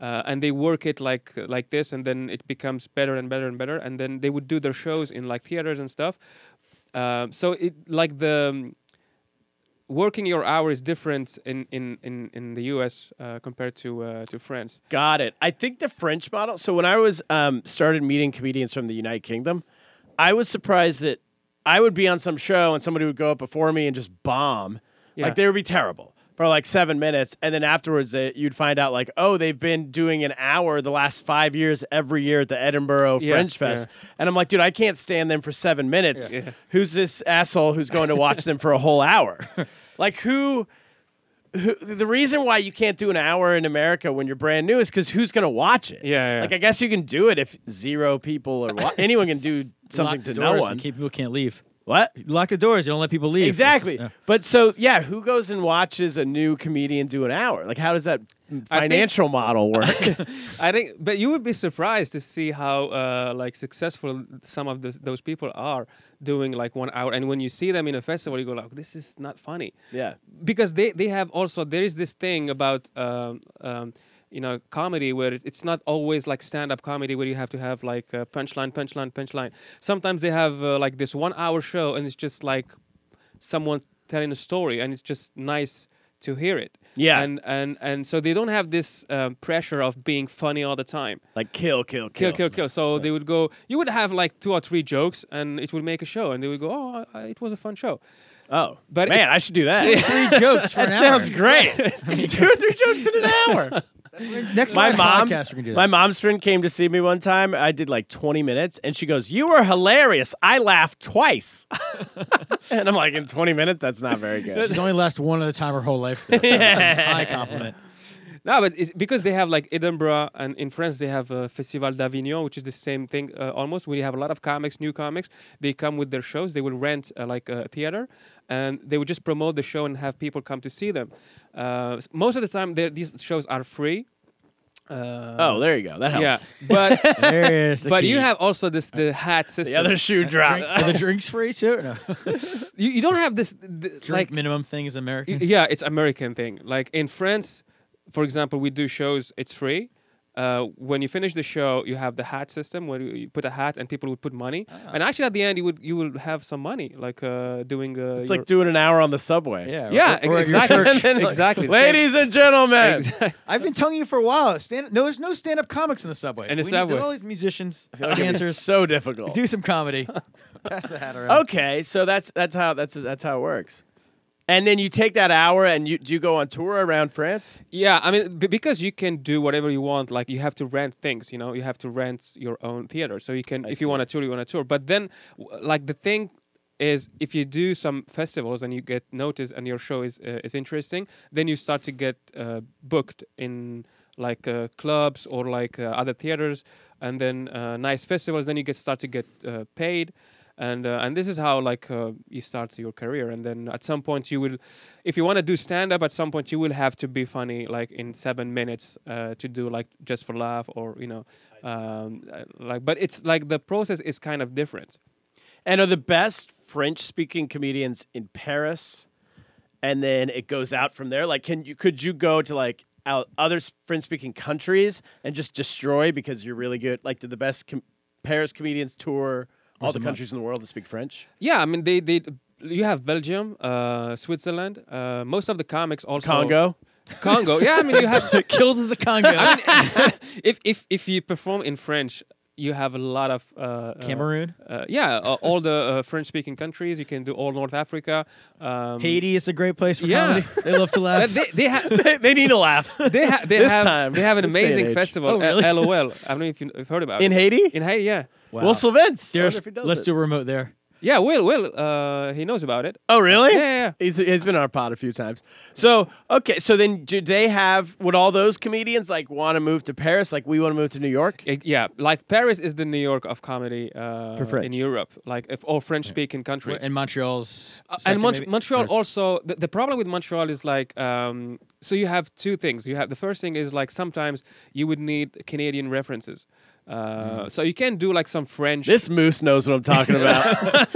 D: uh, and they work it like like this and then it becomes better and better and better and then they would do their shows in like theaters and stuff um, so it like the um, working your hour is different in in in, in the U.S. Uh, compared to uh, to France.
A: Got it. I think the French model. So when I was um, started meeting comedians from the United Kingdom, I was surprised that I would be on some show and somebody would go up before me and just bomb.
D: Yeah.
A: Like they would be terrible for like seven minutes, and then afterwards they, you'd find out like, oh, they've been doing an hour the last five years every year at the Edinburgh
D: Yeah,
A: French Fest, and I'm like, dude, I can't stand them for seven minutes.
D: Yeah. Yeah.
A: Who's this asshole who's going to watch them for a whole hour? like who? who, the reason why you can't do an hour in America when you're brand new is because who's going to watch it?
D: Yeah, yeah.
A: Like, I guess you can do it if zero people are wa- anyone can do something
B: Lock
A: to
B: the
A: no
B: doors
A: one.
B: in case people can't leave.
A: what?
B: Lock the doors. You don't let people leave. It's-
A: Exactly.
B: uh,
A: But so, yeah, who goes and watches a new comedian do an hour? Like, how does that financial model work?
D: I think, but you would be surprised to see how uh, like successful some of the, those people are doing like one hour. And when you see them in a festival, you go like, "This is not funny."
A: yeah.
D: because they they have also there is this thing about um, um, you know comedy where it- it's not always like stand up comedy where you have to have like uh, punchline punchline punchline sometimes they have uh, like this one hour show and it's just like someone telling a story and it's just nice to hear it
A: Yeah.
D: and and and so they don't have this um, pressure of being funny all the time
A: Like, kill, kill, kill.
D: kill kill kill so they would go you would have like two or three jokes and it would make a show and they would go oh uh, it was a fun show
A: Oh,
D: But
A: man,
D: it-
A: I should do that.
B: Three jokes for
A: that
B: an
A: sounds
B: hour.
A: great. two or three jokes in an hour.
B: Next
A: my
B: live
A: mom
B: podcast, we're gonna do
A: my
B: that.
A: mom's friend came to see me one time i did like 20 minutes and she goes you were hilarious i laughed twice and i'm like in 20 minutes that's not very good
B: She's only last one at a time her whole life. though. That's a high compliment.
D: No, but it's because they have like Edinburgh and in France they have uh, Festival d'Avignon, which is the same thing uh, almost. Where you have a lot of comics, new comics. They come with their shows. They will rent uh, like a theater, and they will just promote the show and have people come to see them. Uh, s- most of the time, they're- these shows are free. Uh,
A: oh there you go that
D: yeah,
A: helps
D: but
B: There is. The
D: but
B: key.
D: you have also this the hat system.
A: the other shoe dropped
B: uh, Drinks, are the drinks free too? Or no?
D: you, you don't have this th-
B: Drink
D: like
B: minimum thing is
D: Y-
B: American.
D: yeah, it's American thing. Like in France, for example, we do shows. It's free. Uh, when you finish the show, you have the hat system where you, you put a hat and people would put money.
A: Ah.
D: And actually, at the end, you would you will have some money, like uh, doing. Uh,
A: it's
D: your-
A: like doing an hour on the subway
D: yeah,
B: or- or at your
D: exactly,
B: church.
A: And, like,
D: exactly, same-
A: ladies and gentlemen
B: I've been telling you for a while. Stand, no, there's no stand-up comics in the subway.
D: In the
B: We need
D: subway.
B: all these musicians,
A: answer is
B: dancers,
A: so difficult
B: do some comedy. Pass the hat around.
A: okay so that's that's how that's that's how it works and then you take that hour and you do you go on tour around france
D: Yeah, I mean, b- because you can do whatever you want. Like you have to rent things, you know. You have to rent your own theater, so you can, if you want to tour, you want to tour. But then, w- like the thing is, if you do some festivals and you get noticed and your show is uh, is interesting, then you start to get uh, booked in like uh, clubs or like uh, other theaters, and then uh, nice festivals. Then you get start to get uh, paid and uh, and this is how like uh, you start your career and then at some point you will if you want to do stand up at some point you will have to be funny like in seven minutes uh, to do like just for laugh or you know um, uh, like but it's like the process is kind of different
A: and are the best French speaking comedians in Paris, and then it goes out from there. Like, can you could you go to like out other French speaking countries and just destroy because you're really good? Like, did the best com- Paris comedians tour all the countries in the world that speak French?
D: yeah i mean they they you have belgium uh, switzerland uh, most of the comics also
A: Congo.
D: congo yeah i mean you have
B: Killed in Oh, the Congo.
D: if if if you perform in french you have a lot of uh, uh,
B: Cameroon.
D: uh, yeah, uh, all the uh, French-speaking countries. You can do all North Africa. Um,
B: Haiti is a great place for
D: Yeah.
B: comedy. They love to
D: Uh,
B: laugh.
D: they, they, ha-
A: they, they need a laugh.
D: they, ha- they
A: This
D: have
A: time,
D: they have an
A: this day and
D: amazing
A: age.
D: festival.
B: Oh, really?
D: uh, LOL. I don't know if you- you've heard about
A: in
D: it.
A: Haiti.
D: In Haiti, yeah,
B: Wow.
A: Will Sylvans.
B: There's- let's do a remote there.
D: yeah. Will Will uh, he knows about it.
A: Oh, really?
D: Yeah, yeah, yeah.
A: He's, he's been on our pod a few times. So, okay. So then, do they have, would all those comedians like want to move to Paris? Like, we want to move to New York?
D: It- yeah, like Paris is the New York of comedy uh, in
A: French.
D: Europe, like if all French-speaking countries.
B: And Montreal's
A: Uh,
D: and
B: second,
D: Mon-
B: maybe?
D: Montreal
B: Or-
D: also the, the problem with Montreal is like um, so you have two things you have the first thing is like sometimes you would need Canadian references uh, so you can do like some French
A: Mm. This moose knows what I'm talking about.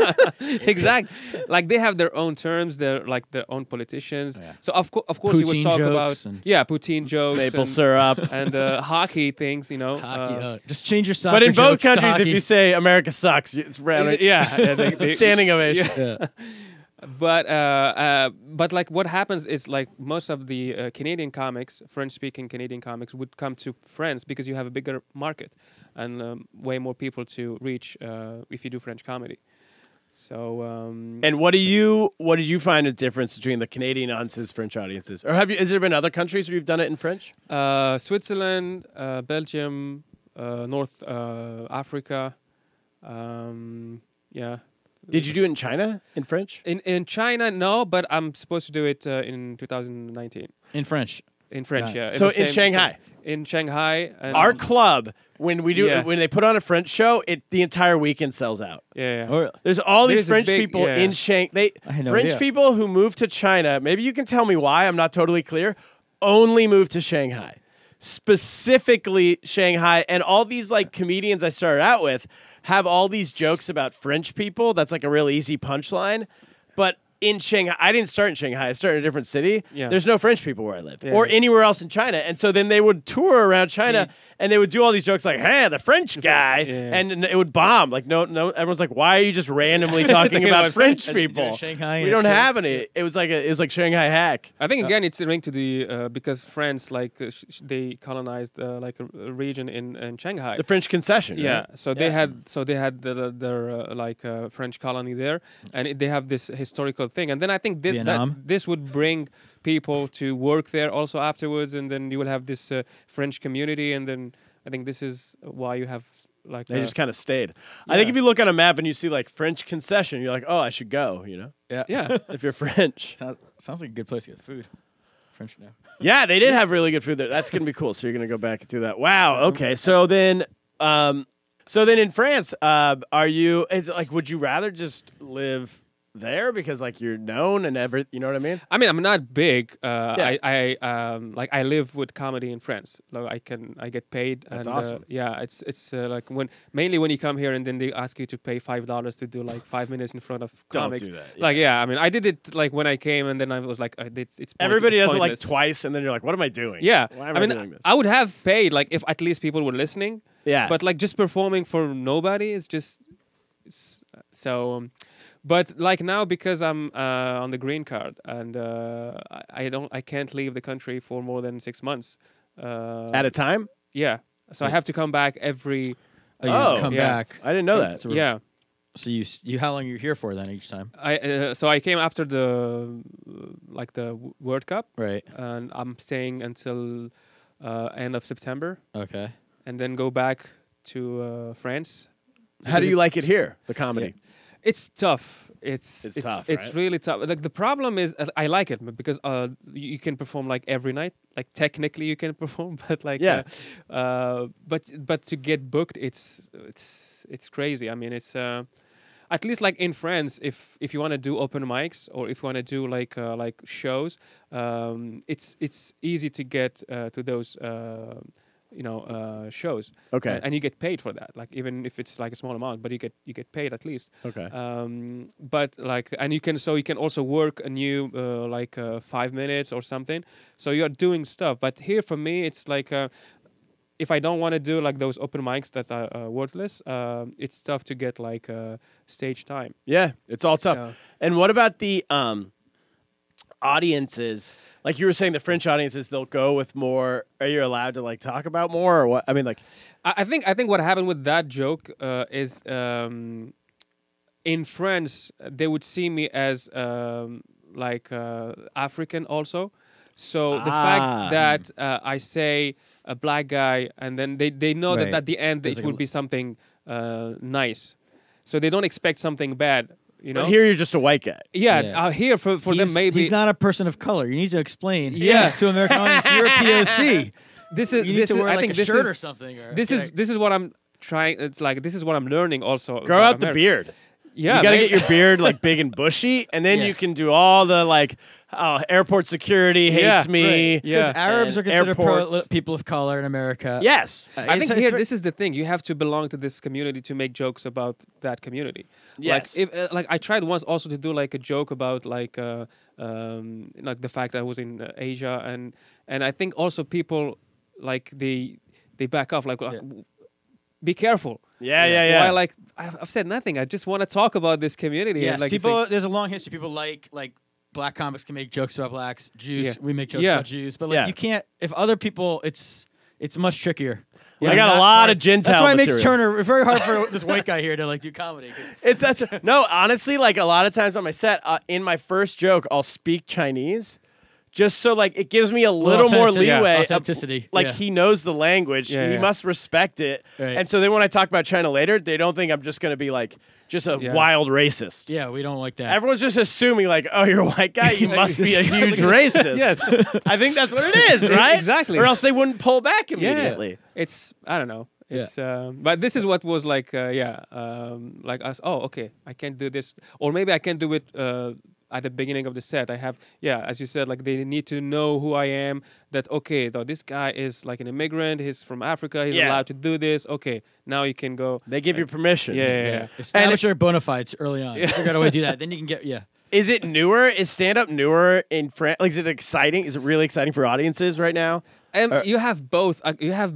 D: exactly like they have their own terms they're like their own politicians so of, co- of course you would
B: Poutine
D: talk
B: jokes
D: about
B: and-
D: yeah poutine jokes
A: maple
D: and,
A: syrup.
D: and uh, hockey things you know
B: Hockey,
D: uh,
B: uh, just change your soccer
A: But in both
B: jokes to
A: countries, if
B: hockey.
A: you say America sucks, it's round.
D: yeah, yeah, they-
A: the
D: they-
A: standing ovation.
B: Yeah.
D: but uh, uh, but like what happens is like most of the uh, Canadian comics, French-speaking Canadian comics, would come to France because you have a bigger market and um, way more people to reach uh, if you do French comedy. So um,
A: And what do you what did you find a difference between the Canadian audiences, French audiences, or have you? Has there been other countries where you've done it in French?
D: uh, Switzerland, uh, Belgium, uh, North uh, Africa, um, yeah.
A: Did you do it in China in French?
D: In in China, no, but I'm supposed to do it uh, in 2019
B: in French.
D: in French.
B: Right.
D: Yeah.
A: So
D: the
A: in Shanghai?
D: in Shanghai, and
A: Our club, when we do
D: Yeah.
A: when they put on a French show, it the entire weekend sells out.
D: yeah, yeah.
B: Or
A: There's all these
D: There's a
A: French
D: big-
A: people
D: yeah.
A: in Shanghai. They
B: I had no
A: French
B: idea.
A: people who move to China. Maybe you can tell me why. I'm not totally clear. Only move to Shanghai, specifically Shanghai, and all these like comedians I started out with have all these jokes about French people. That's like a real easy punchline, but. In Shanghai, I didn't start in Shanghai. I started in a different city.
D: Yeah.
A: There's no French people where I lived,
D: Yeah.
A: or anywhere else in China. And so then they would tour around China, and they would do all these jokes like, "Hey, the French guy,"
D: Yeah.
A: and and it would bomb. Like no, no. Everyone's like, why are you just randomly talking about French people?
B: Shanghai
A: we
B: and
A: don't
B: a
A: have any. It was like a, it was like Shanghai hack.
D: I think again it's linked to the uh, because France like uh, sh- sh- they colonized uh, like a, a region in, in Shanghai.
A: The French concession.
D: yeah,
A: right?
D: so they had so they had the, the, their uh, like uh, French colony there, and it, they have this historical thing. And then I think thi-
B: Vietnam.
D: that this would bring people to work there also afterwards, and then you will have this uh, French community, and then I think this is why you have like
A: They
D: uh,
A: just kind of stayed. I think
D: Yeah.
A: if you look on a map and you see like French concession, you're like, oh, I should go. You know,
D: yeah.
A: if you're French.
B: Sounds, sounds like a good place to get food. French now.
A: yeah, they did have really good food there. That's gonna be cool. So you're gonna go back and do that. Wow. Okay. So then, um, so then in France, uh, are you? Is it like, would you rather just live there because like you're known and ever? You know what I mean?
D: I mean, I'm not big. Uh,
A: Yeah.
D: I, I um, like I live with comedy in France. Like I can, I get paid.
A: That's
D: and, Uh,
A: awesome.
D: yeah, it's it's uh, like when mainly when you come here and then they ask you to pay five dollars to do like five minutes in front of
A: Don't
D: comics.
A: do that,
D: Like yeah, I mean, I did it like when I came and then I was like, uh, it's it's point-
A: Everybody
D: it's
A: does it like
D: pointless.
A: twice, and then you're like, "What am I doing?"
D: Yeah,
A: Why am
D: I
A: I,
D: mean,
A: doing this?
D: I would have paid like if at least people were listening.
A: yeah,
D: But like just performing for nobody is just it's, so. Um, but like now because I'm uh, on the green card and uh, I, I don't I can't leave the country for more than six months. Uh,
A: at a time.
D: yeah, so I have to come back every
B: Oh, you
A: Oh,
B: come
D: yeah.
B: back.
A: I didn't know that.
B: So,
D: yeah.
B: so you s- you how long you're here for then each time?
D: I uh, so I came after the uh, like the W- World Cup
B: Right.
D: and I'm staying until uh, end of September
B: Okay.
D: and then go back to uh, France
A: How do
D: Because
A: you like it here? The comedy.
D: It's tough. It's
A: It's tough,
D: It's
A: right?
D: really tough. Like the problem is, uh, I like it m- because uh, you you can perform like every night. Like technically, you can perform, but like
A: Yeah.
D: Uh, uh, but but to get booked, it's it's it's crazy. I mean, it's uh, at least like in France, if if you want to do open mics or if you want to do like uh, like shows, um, it's it's easy to get uh, to those. Uh, you know uh shows
A: Okay.
D: and, and you get paid for that like even if it's like a small amount but you get you get paid at least
A: Okay.
D: um but like and you can so you can also work a new uh, like uh, five minutes or something so you're doing stuff but here for me it's like uh, if i don't want to do like those open mics that are uh, worthless um it's tough to get like uh, stage time
A: yeah, it's all tough.
D: So-
A: And what about the um, audiences? Like you were saying, the French audiences they'll go with more. Are you allowed to like talk about more or what? I mean, like
D: I, I think I think what happened with that joke uh, is um, in France uh, they would see me as um, like uh, African also. So the
A: Ah.
D: fact that uh, I say a black guy and then they, they know
B: Right.
D: that at the end
B: There's
D: it
B: like a
D: would
B: l-
D: be something uh, nice, so they don't expect something bad. You know,
A: but here you're just a white guy.
D: yeah,
B: Yeah.
D: Uh, here for, for them
B: He's-
D: maybe
B: he's not a person of color. You need to explain.
D: Yeah.
B: To American audience, you're a POC.
D: this is
B: You need
D: this
B: to
D: is
B: wear
D: I
B: like
D: think
B: a
D: this
B: shirt
D: is,
B: or something. Or
D: This is this is what I'm trying. It's like this is what I'm learning also.
A: Grow
D: about
A: out the
D: Ameri-
A: beard.
D: Yeah,
A: you gotta
D: maybe-
A: get your beard like big and bushy, and then you
B: Yes.
A: can do all the like oh, airport security hates
D: Yeah,
A: me.
D: right.
B: because
D: yeah.
B: Arabs are
A: and
B: considered pro-
A: airports.
B: people of color in America.
A: Yes.
B: Uh,
D: I
B: it's-
D: think
B: it's
D: here
B: ver-
D: this is the thing. You have to belong to this community to make jokes about that community.
A: Yes.
D: Like, if, uh, like I tried once also to do like a joke about like uh, um, like the fact I was in uh, Asia and and I think also people like they they back off like, uh,
B: Yeah.
D: w- be careful.
A: Yeah, yeah, yeah.
D: Why, like, I've, I've said nothing. I just want to talk about this community. and,
B: Yes,
D: like, it's
B: people.
D: like-
B: there's a long history. People like like black comics can make jokes about blacks. Jews,
D: Yeah.
B: we make jokes
D: Yeah.
B: about Jews, but like
A: Yeah.
B: you can't. If other people, it's it's much trickier.
D: Yeah,
A: I got
D: not
A: a lot
D: part-
A: of Gentile.
B: That's why it makes
A: material.
B: Turner very hard for this white guy here to like do comedy. 'cause-
A: It's that's no, honestly, like a lot of times on my set, uh, in my first joke, I'll speak Chinese, just so like it gives me a little more
B: authenticity. Yeah,
A: leeway. of-
B: authenticity,
A: like
B: yeah.
A: he knows the language,
D: Yeah,
A: he
D: yeah.
A: must respect it.
B: Right.
A: And so then when I talk about China later, they don't think I'm just gonna be like just a
D: Yeah.
A: wild racist.
B: Yeah, we don't like that.
A: Everyone's just assuming like, oh, you're a white guy, you must be a huge racist.
D: Yes.
A: I think that's what it is, right?
D: Exactly.
A: Or else they wouldn't pull back
D: Yeah.
A: immediately.
D: It's I don't know. It's um, but this is what was like uh, yeah um, like us. Oh okay, I can't do this, or maybe I can do it uh, at the beginning of the set. I have yeah, as you said, like they need to know who I am. That okay, though this guy is like an immigrant. He's from Africa. He's
A: Yeah.
D: allowed to do this. Okay, now you can go.
A: They give you permission.
D: Yeah, yeah, yeah.
B: Establish your bona fides early on. Figure out a way to do that. Then you can get yeah.
A: Is it newer? Is stand up newer in France? Like, is it exciting? Is it really exciting for audiences right now?
D: And you have both. Uh, you have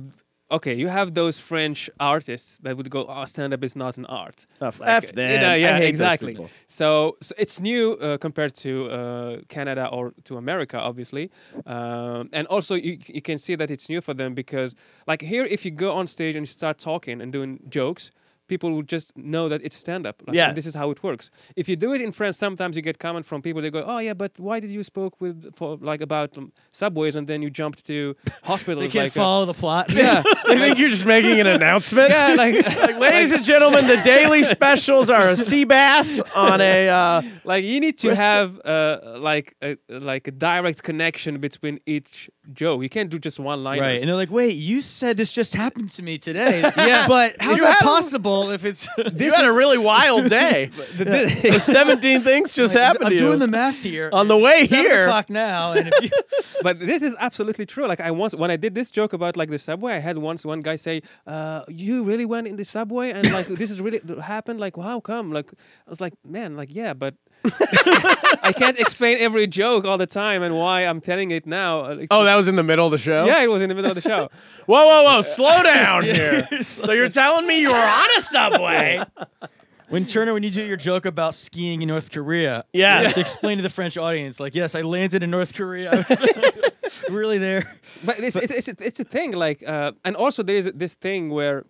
D: okay. You have those French artists that would go, "Oh, stand up is not an art."
A: Oh, f- F
D: You
A: them.
D: know,
A: I
D: yeah,
A: hate those
D: exactly.
A: people.
D: So, so it's new uh, compared to uh, Canada or to America, obviously. Um, and also, you, you can see that it's new for them because, like here, if you go on stage and start talking and doing jokes. People will just know that it's stand up. Like,
A: Yeah.
D: This is how it works. If you do it in France, sometimes you get comment from people. They go, "Oh yeah, but why did you spoke with for like about um, subways and then you jumped to hospitals?"
B: They can't
D: like, uh,
B: follow the plot.
D: yeah,
A: I think you're just making an announcement.
D: yeah, like
A: Like, ladies and gentlemen, the daily specials are a sea bass on a. Uh,
D: like you need to
A: Risk it.
D: have uh, like a, like a direct connection between each joke. You can't do just one line.
B: Right, and they're like, "Wait, you said this just happened to me today. yeah, but how's
A: You
B: that
A: had a-
B: possible if it's
A: you had a really wild day. Those 17 things just happened
B: I'm
A: to you.
B: doing the math here
A: on the way
B: Seven
A: here.
B: o'clock now, and if you,
D: but this is absolutely true. Like I once when I did this joke about like the subway, I had once one guy say, uh, "You really went in the subway and like this is really happened. Like how come? Like I was like, man, like yeah, but." I can't explain every joke all the time and why I'm telling it now. Uh, it's-
A: Oh, that was in the middle of the show?
D: yeah, it was in the middle of the show.
A: Whoa, whoa, whoa. Slow down here. so you're telling me you were on a subway?
B: when Turner, when you do your joke about skiing in North Korea,
A: Yeah.
B: you have to explain to the French audience, like, yes, I landed in North Korea, really there.
D: but it's it's, it's, a, it's a thing like uh, and also there is this thing where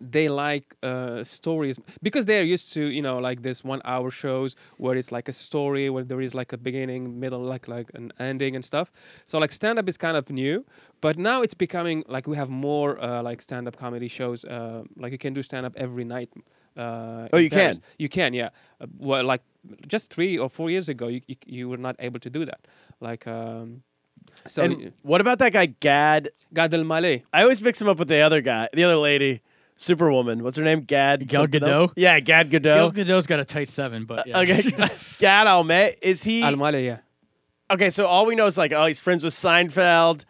D: they like uh, stories because they are used to you know like this one hour shows where it's like a story where there is like a beginning middle like like an ending and stuff so like stand up is kind of new but now it's becoming like we have more uh, like stand up comedy shows uh, like you can do stand up every night uh,
A: Oh,
D: in
A: you can?
D: Paris. You can, yeah. Uh, well, like just three or four years ago, you, you, you were not able to do that. Like, um, so
A: And what about that guy, Gad?
D: Gad Elmaleh.
A: I always mix him up with the other guy, the other lady, Superwoman. What's her name? Gad.
B: Gal
A: something
B: Gadot?
A: else? Yeah, Gad
B: Gal
A: Gadot.
B: Gadot's got a tight seven, but yeah.
A: okay, Gad Alme. Is he
D: Elmaleh, yeah.
A: okay? So all we know is like, oh, he's friends with Seinfeld,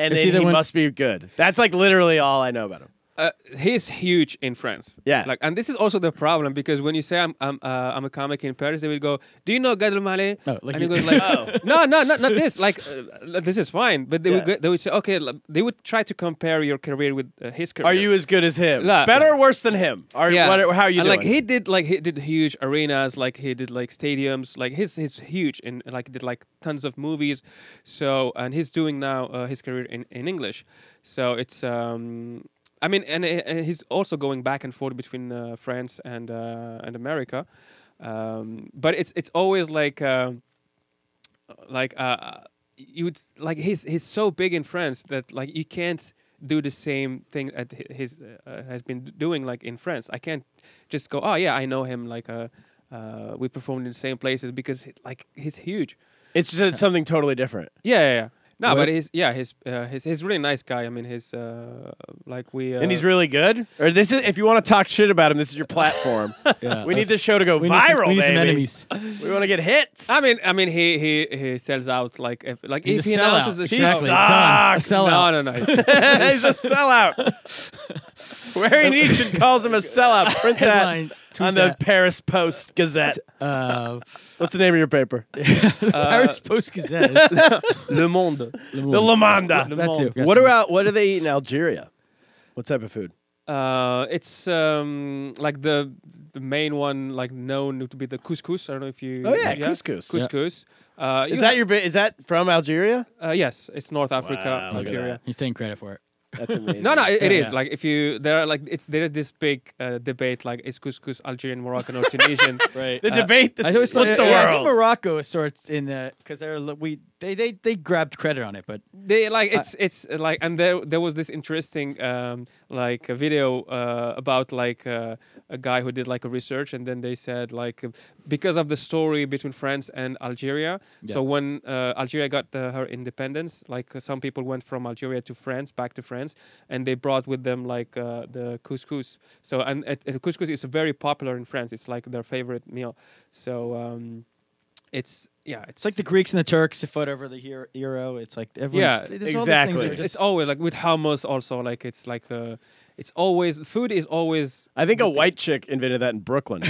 A: and
B: Is
A: then
B: he
A: he,
B: the one-
A: must be good. That's like literally all I know about him.
D: Uh, he's huge in France.
A: Yeah.
D: Like, and this is also the problem because when you say I'm I'm uh, I'm a comic in Paris, they will go, "Do you know Gad Elmaleh?"
B: No, like
D: and
B: you-
D: he goes like,
A: Oh.
D: "No, no, not, not this. Like, uh, this is fine." But they would
A: Yeah.
D: go, they would say, "Okay," like, they would try to compare your career with uh, his career.
A: Are you as good as him?
D: No.
A: Better or worse than him? Are
D: Yeah.
A: what are- how are you
D: and
A: doing?
D: Like he did, like he did huge arenas, like he did like stadiums, like his he's huge and like did like tons of movies. So and he's doing now uh, his career in in English. So it's um. I mean, and he- and he's also going back and forth between uh, France and uh, and America, um, but it's it's always like um like uh, you would like he's he's so big in France that like you can't do the same thing that hi- his uh, has been doing like in France. I can't just go oh yeah I know him like uh, uh we performed in the same places because like he's huge.
A: it's just it's something totally different.
D: Yeah yeah. yeah. No,
B: What-
D: but he's yeah, he's uh, he's he's really nice guy. I mean, he's uh, like we uh,
A: and he's really good. Or this is if you want to talk shit about him, this is your platform.
B: Yeah,
A: we need
B: let's-
A: this show to go
B: we need some-
A: viral.
B: we need some
A: baby.
B: enemies.
A: We want to get hits.
D: I mean, I mean, he he he sells out like if, like
B: He's
D: if
B: a
D: he
B: sellout.
D: announces a
A: He
B: Exactly.
D: show.
B: Done. A
A: sucks.
B: sellout.
D: No, no, no. he's-
A: he's a sellout. Where Nietzsche calls him a sellout. Print
B: Headline,
A: that
B: tweet
A: on the
B: that.
A: Paris Post Gazette.
B: Uh,
A: What's the name of your paper?
B: Paris Post
A: Uh,
B: Gazette.
D: Le Monde.
A: The La Monde.
D: Le
B: That's
D: Monde.
B: it.
A: What about what do they eat in Algeria? What type of food?
D: Uh, Uh, it's um, like the the main one, like known to be the couscous. I don't know if you.
A: Oh, yeah, couscous. Yeah.
D: Couscous. Uh,
A: Is
D: you
A: that
D: ha-
A: your bit? Is that from Algeria?
D: Uh, yes, it's North Africa,
A: Wow, look at
D: Algeria.
B: He's taking credit for it.
A: That's amazing.
D: No, no, it, it
B: Yeah,
D: is.
B: yeah.
D: Like if you there are like it's there is this big uh, debate like is couscous Algerian, Moroccan, or Tunisian?
B: Right.
A: the
D: Uh,
A: debate that split the
B: yeah, I think
A: world.
B: Morocco sorts in the because they're li- we they, they they grabbed credit on it, but
D: They like it's it's uh, like and there there was this interesting um like a video uh, about like uh, a guy who did like a research and then they said like uh, because of the story between France and Algeria so when uh, Algeria got uh, her independence like uh, some people went from Algeria to France back to France and they brought with them like uh, the couscous so and, and and couscous is very popular in France it's like their favorite meal so um it's yeah
B: it's like the Greeks and the Turks a foot over the hero. euro. It's like everyone's,
D: Yeah,
B: there's all these things
A: exactly.
B: that are
D: it's, it's
B: just-
D: always like with hummus also like it's like uh it's always food is always
A: I think a white chick invented that in Brooklyn.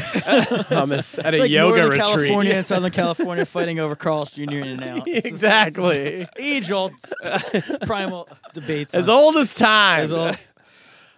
A: Hummus at
B: it's
A: a
B: like
A: yoga
B: Northern
A: retreat.
B: California and Southern California fighting over Carl's Jr. and now It's just
A: exactly.
B: age old primal debates.
A: As
B: on-
A: old as time.
B: as old.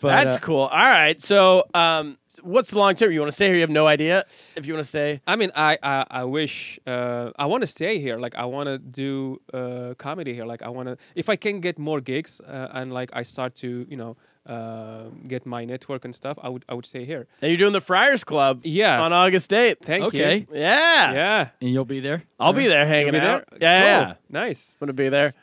B: But,
A: That's
B: uh,
A: cool. All right. So, um, what's the long term? You want to stay here? You have no idea if you want to stay.
D: i mean i i, I wish uh i want to stay here like i want to do uh comedy here like i want to if i can get more gigs uh, and like i start to you know uh get my network and stuff i would i would stay here
A: And you're doing the Friars Club
D: yeah
A: on August 8th.
D: thank
B: okay.
D: you
A: yeah.
D: yeah
B: and you'll be there.
A: I'll be there
D: You'll
A: hanging
D: be there?
A: out. Yeah.
D: Cool. nice
A: I'm going to be there.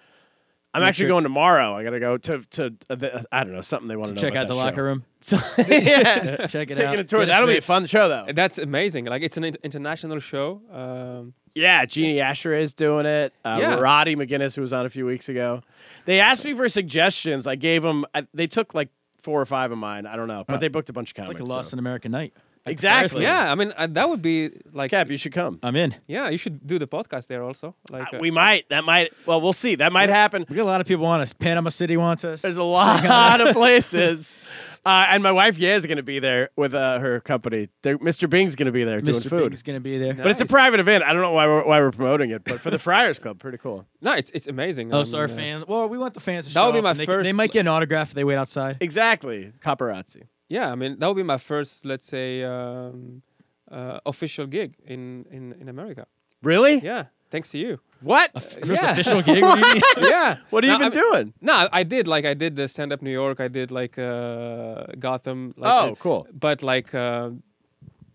A: I'm
B: Make
A: actually
B: sure-
A: going tomorrow. I got to go to, to uh, the, I don't know, something they want to know.
B: Check out the locker room.
A: room. yeah.
B: Check it out.
A: Taking a tour.
B: Get
A: That'll be a
B: schmitz.
A: fun show, though.
D: that's amazing like it's an in- international show um
A: Yeah, Jeannie Asher is doing it. Uh,
D: Yeah.
A: Roddy McGinnis, who was on a few weeks ago, they asked me for suggestions. I gave them. I, they took like four or five of mine. I don't know, but they booked a bunch of
B: It's
A: comics.
B: like a Lost
A: so-
B: in America night.
A: Exactly.
D: yeah i mean uh, that would be like
A: Cap, you should come.
B: I'm in.
D: yeah you should do the podcast there also like
A: Uh, we might. That might. Well, we'll see. That might happen.
B: We got a lot of people want us. Panama City wants us.
A: There's a lot of places. Uh, and my wife, yeah, is going to be there with uh, her company. They're, Mr. Bing's going to be there doing
B: Mr.
A: food.
B: Big's gonna be there.
A: but it's a
D: Nice.
A: private event. I don't know why we're, why we're promoting it, but for the Friars Club, pretty cool.
D: No, it's it's amazing.
B: Oh,
D: I
B: so our
D: mean, uh,
B: fans. Well, we want the fans to
D: That
B: show
D: would be
B: up
D: my
B: and they,
D: first-
B: They might get an autograph if they wait outside.
A: Exactly. Paparazzi.
D: Yeah, I mean that would be my first, let's say, um, uh, official gig in, in in America.
A: Really?
D: Yeah, thanks to you.
A: What?
B: First
D: yeah.
B: official gig. what do you mean?
D: yeah.
A: What have
D: No,
A: you
D: I
A: been
D: mean-
A: doing?
D: No, I- I did like I did the stand up New York. I did like uh, Gotham. Like,
A: Oh,
D: uh,
A: cool.
D: But like uh,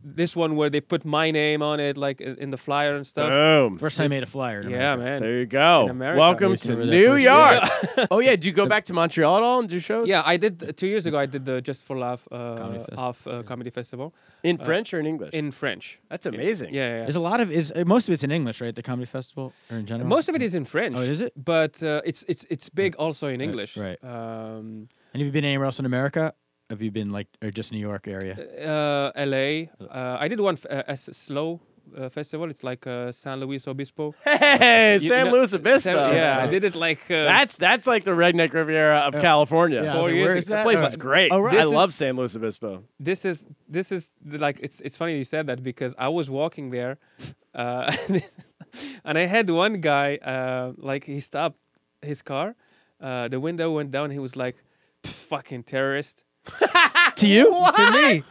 D: this one where they put my name on it, like in in the flyer and stuff.
A: Boom.
B: First time I made a flyer. in
D: yeah,
B: America.
D: man.
A: There you go.
D: in America.
A: Welcome
B: We've seen
A: to
B: where that
A: New
B: first-
A: York. oh yeah, do you go back to Montreal at all and do shows?
D: Yeah, I did two years ago. I did the Just for Laugh uh,
B: Fest-
D: off uh, comedy festival
A: in French or in English?
D: Uh, in French.
A: That's amazing.
D: Yeah, yeah, yeah.
B: There's a lot of is uh, most of it's in English, right? The comedy festival or in general.
D: Most of it is in French.
B: Oh, is it?
D: But uh, it's it's it's big also in English.
B: right.
D: Um,
B: And have you been anywhere else in America? Have you been like or just New York area?
D: uh, L.A. Uh, I did one f- uh, as slow uh, festival. It's like uh, San Luis Obispo.
A: Hey,
D: You
A: San
D: know-
A: Luis Obispo.
D: San- yeah, I
B: Yeah.
D: did it like uh,
A: That's that's like the redneck Riviera of California.
B: Yeah, I
D: four
B: was like,
D: years
B: where
D: ago.
B: is
A: That
B: that?
A: place
B: Or-
A: is great.
B: Oh, right.
A: I
B: This is-
A: love San Luis Obispo.
D: this is this is the, like it's it's funny you said that because I was walking there, uh, and I had one guy uh, like he stopped his car, uh, the window went down. He was like, "Fucking terrorist."
B: to you?
D: to me,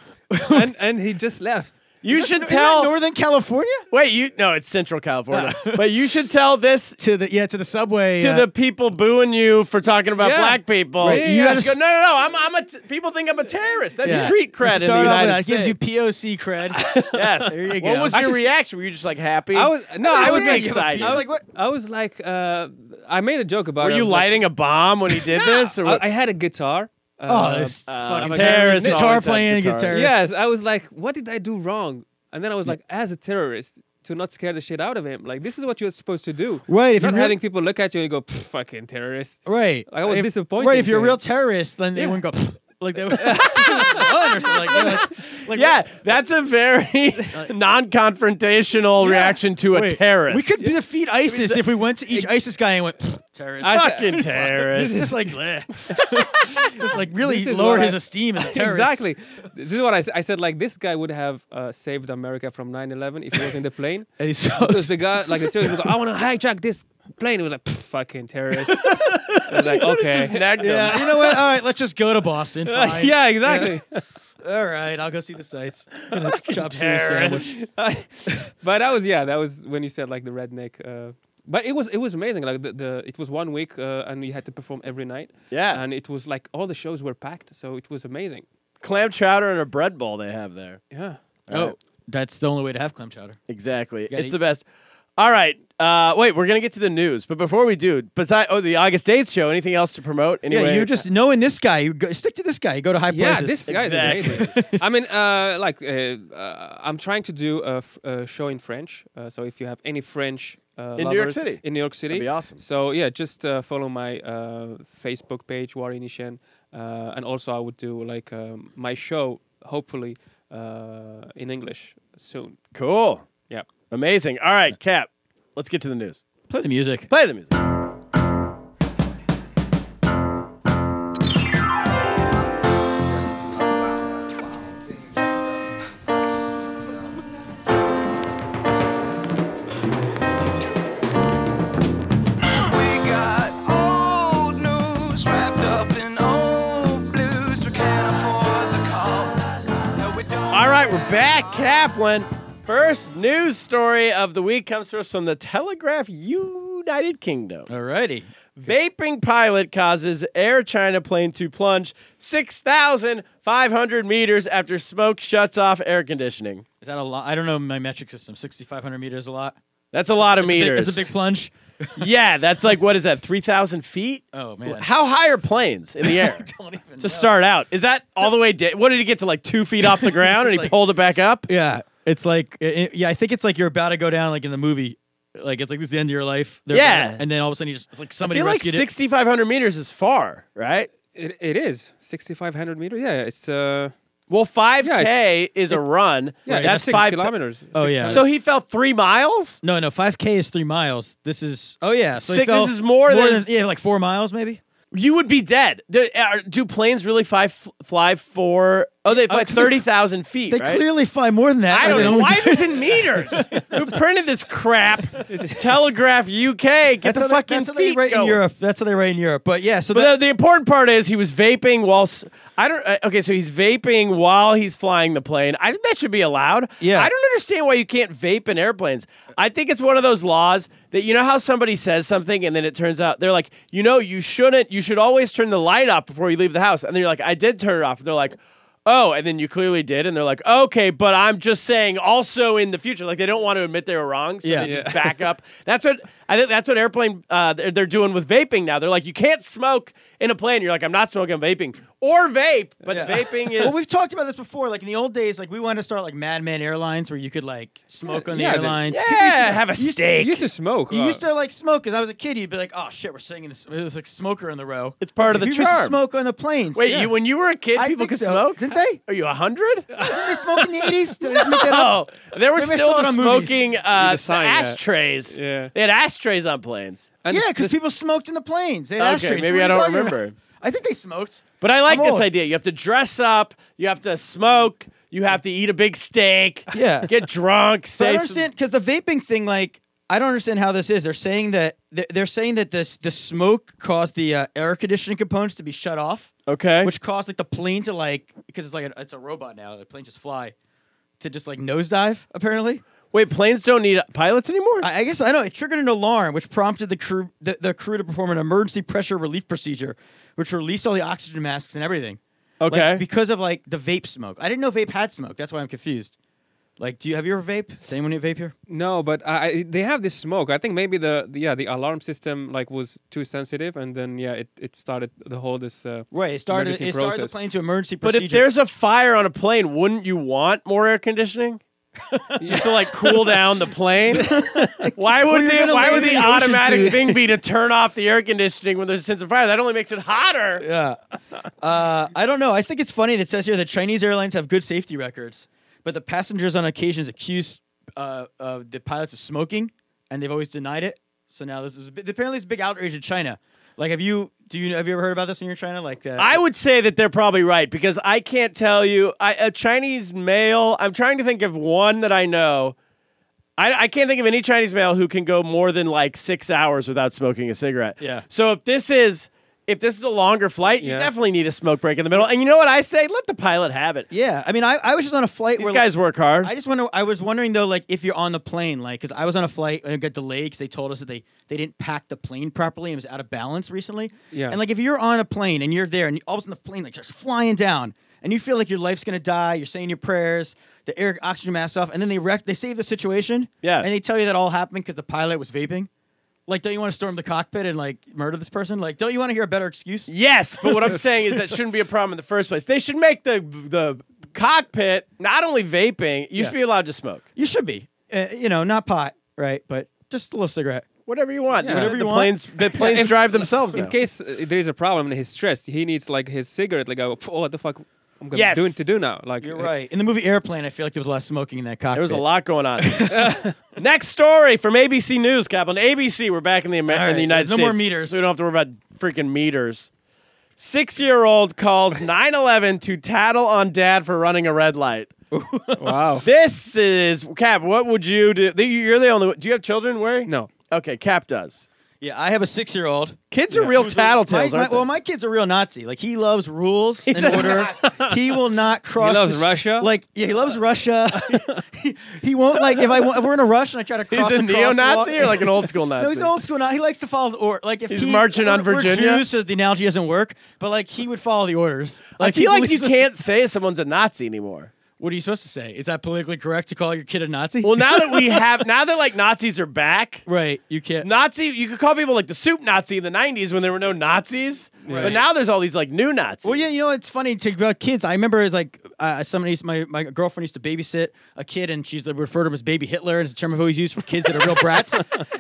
D: and and he just left.
A: You should
B: Is that
A: tell.
B: Northern California?
A: Wait, you no, it's Central California. but you should tell this
B: To the yeah, to the subway.
A: to
B: uh,
A: the people booing you for talking about
D: Yeah.
A: black people.
B: Right.
A: You
B: You
A: guys go,
B: gotta s-
A: no, no, no. I'm, I'm a t- people think I'm a terrorist. That's
B: yeah.
A: street
B: You
A: cred in the
B: start off with
A: United
B: that. It
A: States.
B: gives you POC cred.
A: Yes.
B: There you
A: What
B: go.
A: was
B: I
A: your
B: just-
A: reaction? Were you just like happy?
D: I was no, I was
A: was
D: like,
A: excited.
D: I was, I was like, uh, I made a joke about
A: Were
D: it. I
A: you
D: was like,
A: lighting a bomb when he did this? Or
D: I,
A: what?
D: I had a guitar.
B: oh,
D: uh,
B: it's
A: I'm a
B: fucking
A: terrorist.
B: terrorist. Guitar
A: Always had
B: playing,
A: guitars.
B: guitar.
D: yes, I was like, what did I do wrong? And then I was like, as a terrorist, to not scare the shit out of him. Like this is what you're supposed to do.
B: Right, if
D: not
B: you're really-
D: having people look at you and go, "Pff, fucking terrorist.
B: Right.
D: I was
B: if,
D: disappointed
B: Right. If you're a
D: to-
B: real terrorist, then they
D: Yeah.
B: wouldn't go like they would. or something like that. Like,
A: yeah, that's a very non-confrontational reaction to a
B: wait,
A: terrorist.
B: We could defeat ISIS if we went to each ISIS guy and went. terrorist.
D: I-
A: Fucking terrorist.
B: It's just like, bleh. just like really
D: This is
B: lowered
D: what
B: his
D: I-
B: esteem as a terrorist.
D: Exactly. This is what I, s- I said. Like this guy would have uh, saved America from 9/11 if he was in the plane.
B: And he's so
D: Because the guy, like the terrorist, would go, I want to hijack this plane. It was like "Pff, fucking terrorist. I was like, okay.
B: yeah, you know what? All right, let's just go to Boston. Fine.
D: yeah, exactly.
B: All right, I'll go see the sights. Gonna Chop suey
A: terrorist.
B: sandwich.
D: but that was yeah, that was when you said like the redneck. Uh, but it was it was amazing. Like the, the it was one week uh, and you had to perform every night.
A: Yeah.
D: And it was like all the shows were packed, so it was amazing.
A: clam chowder and a bread ball they have there.
D: Yeah.
B: Oh, that's the only way to have clam chowder.
A: Exactly.
B: gotta
A: it's
B: eat-
A: the best. All right. Uh, wait, we're gonna get to the news, but before we do, besides oh the August 8th show, anything else to promote? Anyway,
B: Yeah, you just knowing this guy, you go, stick to this guy. You go to high
D: Yeah,
B: places.
D: this guy
A: Exactly.
D: is amazing. I mean, uh, like, uh, uh, I'm trying to do a, f- a show in French. Uh, so if you have any French uh,
A: In New York
D: lovers
A: City.
D: in New York City,
A: be awesome.
D: So yeah, just uh, follow my uh, Facebook page, Warren Ishen, uh, and also I would do like um, my show, hopefully uh, in English soon.
A: cool,
D: Yeah.
A: amazing. All right, Cap, let's get to the news.
B: Play the music.
A: Play the music.
E: We got old news wrapped up in old blues. We can't afford the call. No, we don't.
A: All right, we're back, Kaplan. First news story of the week comes to us from the Telegraph, United Kingdom.
B: Alrighty.
A: Vaping pilot causes Air China plane to plunge 6,500 meters after smoke shuts off air conditioning.
B: Is that a lot? I don't know my metric system. 6,500 meters a lot.
A: That's a lot of
B: It's a big-
A: meters.
B: It's a big plunge.
A: yeah, that's like, what is that, 3,000 feet?
B: Oh man.
A: How high are planes in the air?
B: don't even
A: to start out, is that all the way? Da- what did he get to like two feet off the ground, and he
B: Like-
A: pulled it back up?
B: Yeah, it's like i i- yeah, I think it's like you're about to go down like in the movie, like it's like this is the end of your life. They're
A: Yeah.
B: down, and then all of a sudden you just it's like
A: I
B: somebody
A: feel like
B: rescued it.
A: 6,500 meters is far, right?
D: It, it is 6,500 meters. Yeah, it's uh,
A: Well, 5K
D: it's-
A: is a run.
D: yeah, it's
A: that's
D: six
A: five
D: kilometers.
B: Oh,
D: Six-
B: yeah.
A: So he fell three miles?
B: No, no, five k is three miles. This is oh yeah, so he
A: Six- this
B: fell
A: is more than-
B: yeah, like four miles maybe.
A: You would be dead. Do, are, do planes really fly, fly for? Oh, they fly
B: cle-
A: thirty thousand feet.
B: Uh, They
A: right?
B: clearly fly more than that.
A: I
B: or
A: don't
B: they
A: know.
B: only-
A: Why is this in meters? Who printed this crap? Telegraph UK. Get
B: That's
A: the
B: how they-
A: fucking
B: that's how they
A: feet
B: write in
A: going.
B: Europe. That's how they write in Europe. But yeah, so
A: But
B: that,
A: the, the important part is he was vaping while s- I don't uh, okay so he's vaping while he's flying the plane. I think that should be allowed.
B: Yeah.
A: I don't understand why you can't vape in airplanes. I think it's one of those laws that you know how somebody says something and then it turns out they're like, "You know, you shouldn't. You should always turn the light up before you leave the house." And then you're like, "I did turn it off." And they're like, "Oh," and then you clearly did and they're like, "Okay, but I'm just saying also in the future like they don't want to admit they were wrong." So
B: Yeah.
A: they just
D: Yeah.
A: back up. That's what I think. That's what airplane uh, they're, they're doing with vaping now. They're like, you can't smoke in a plane. You're like, I'm not smoking. I'm vaping or vape, but
B: Yeah.
A: vaping is.
B: well, we've talked about this before. Like in the old days, like we wanted to start like Madman Airlines, where you could like smoke on the
D: Yeah, the-
B: airlines.
A: yeah, have a
D: You
A: steak.
D: used to smoke.
B: You
D: uh,
B: used to like smoke because I was a kid. You'd be like, "Oh shit, we're singing this." It was like smoker in the row.
A: It's part of the
B: People used
A: charm.
B: to smoke on the planes.
A: Wait,
B: Yeah.
A: you when you were a kid,
B: I
A: people
B: think
A: could
B: so.
A: smoke.
B: Didn't they?
A: Are you hundred?
B: Didn't they smoke in the eighties? Did I just make that up?
A: Oh, there were
B: Maybe I
A: still
B: saw it
A: the
B: on movies.
A: smoking uh,
D: The sign,
A: the
D: yeah.
A: ashtrays.
D: Yeah.
A: they had ashtrays on planes.
D: and
B: Yeah,
D: s-
B: because
D: this-
B: people smoked in the planes. They had
A: Okay,
B: ashtrays.
A: maybe I
B: What are you
A: don't
B: talking about?
A: remember.
B: I think they smoked.
A: But I like
B: I'm
A: this
B: old.
A: idea. You have to dress up. You have to smoke. You have to eat a big steak.
B: Yeah.
A: Get drunk.
B: But I
A: Say
B: don't
A: some-
B: understand because the vaping thing, like, I don't understand how this is. They're saying that they're- they're saying that this the smoke caused the uh, air conditioning components to be shut off,
A: Okay.
B: which caused like the plane to like because it's like a, it's a robot now. The plane just fly to just like nosedive apparently.
A: Wait, planes don't need pilots anymore.
B: I, I guess I know it triggered an alarm, which prompted the crew the, the crew to perform an emergency pressure relief procedure, which released all the oxygen masks and everything. Like,
A: okay.
B: because of like the vape smoke. I didn't know vape had smoke. That's why I'm confused. Like, do you have you ever vape? Does anyone vape here?
D: No, but I, I- they have this smoke. I think maybe the, the- yeah the alarm system like was too sensitive, and then yeah it, it started the whole this uh,
B: Right. It started.
D: emergency
B: It started the
D: process.
B: plane to emergency
A: But
B: procedure.
A: if there's a fire on a plane, wouldn't you want more air conditioning? Just to like cool down the plane. why would
B: you're
A: the
B: gonna
A: why
B: lay
A: would
B: in
A: the
B: the ocean
A: automatic
B: suit.
A: thing be to turn off the air conditioning when there's a sense of fire? That only makes it hotter.
B: yeah, uh, I don't know. I think it's funny that it says here that Chinese airlines have good safety records, but the passengers on occasions accuse uh, uh, the pilots of smoking, and they've always denied it. So now this is a bit- apparently it's a big outrage in China. Like, have you do you have you ever heard about this when you're in China? Like, uh,
A: I would say that they're probably right because I can't tell you I, a Chinese male. I'm trying to think of one that I know. I, I can't think of any Chinese male who can go more than like six hours without smoking a cigarette.
B: Yeah.
A: So if this is if this is a longer flight, you
D: Yeah.
A: definitely need a smoke break in the middle. And you know what I say? Let the pilot have it.
B: yeah. I mean, I, I was just on a flight
A: These
B: where
A: guys work hard.
B: I just wonder. I was wondering though, like if you're on the plane, like because I was on a flight and it got delayed because they told us that they they didn't pack the plane properly and it was out of balance recently.
D: Yeah.
B: And like if you're on a plane and you're there and all of a sudden the plane like just flying down and you feel like your life's gonna die, you're saying your prayers, the air oxygen mask off, and then they wreck, they save the situation.
A: Yeah.
B: And they tell you that all happened because the pilot was vaping. Like, don't you want to storm the cockpit and like murder this person? Like, don't you want to hear a better excuse?
A: Yes, but what I'm saying is that shouldn't be a problem in the first place. They should make the the cockpit not only vaping. You should be allowed to smoke
B: You should be, uh, you know, not pot, right? But just a little cigarette.
A: whatever you want.
D: Yeah.
A: The-
D: Whatever
B: you
A: the
B: want.
A: planes the planes
D: if-
A: drive themselves.
D: In
A: now.
D: case uh, there is a problem and he's stressed, he needs like his cigarette. Like, oh, what the fuck? I'm gonna
A: Yes.
D: doing to do now. Like,
B: You're
D: uh,
B: right. In the movie Airplane, I feel like there was a lot of smoking in that cockpit.
A: There was a lot going on. Next story from ABC News, Kaplan. ABC, we're back in the, Amer-
B: All
A: in the
B: right,
A: United
B: no
A: States.
B: more meters.
A: So we don't have to worry about freaking meters. Six year old calls 9 11 to tattle on dad for running a red light.
D: Wow.
A: This is, Cap, what would you do? the- You're the only one. Do you have children, Wary?
D: no.
A: Okay, Cap does.
B: Yeah, I have a six-year-old.
A: Kids are real tattletales,
B: My- my-
A: aren't they?
B: well, my kid's a real Nazi. Like he loves rules and order. he will not cross.
D: He loves
B: the s-
D: Russia?
B: Like yeah, he loves Russia. he, he won't like if I wa- if we're in a rush and I try to cross.
A: He's a neo Nazi
B: crosswalk-
A: or like an old school Nazi?
B: No, he's an old school Nazi. He likes to follow the order. Like if
A: He's
B: he-
A: marching on
B: we're-
A: Virginia?
B: We're Jews, so the analogy doesn't work. But like he would follow the orders.
A: I
B: he
A: feel like you
B: believes-
A: can't say someone's a Nazi anymore.
B: What are you supposed to say? Is that politically correct to call your kid a Nazi?
A: Well, now that we have, now that like Nazis are back,
B: right, you can't.
A: Nazi, you could call people like the soup Nazi in the 90s when there were no Nazis. But
B: Right.
A: now there's all these like new Nazis.
B: Well, yeah, you know it's funny to about kids. I remember it's like uh, somebody, used- my my girlfriend used to babysit a kid, and she's like, referred to him as Baby Hitler, and it's a term I've always used for kids that are real brats.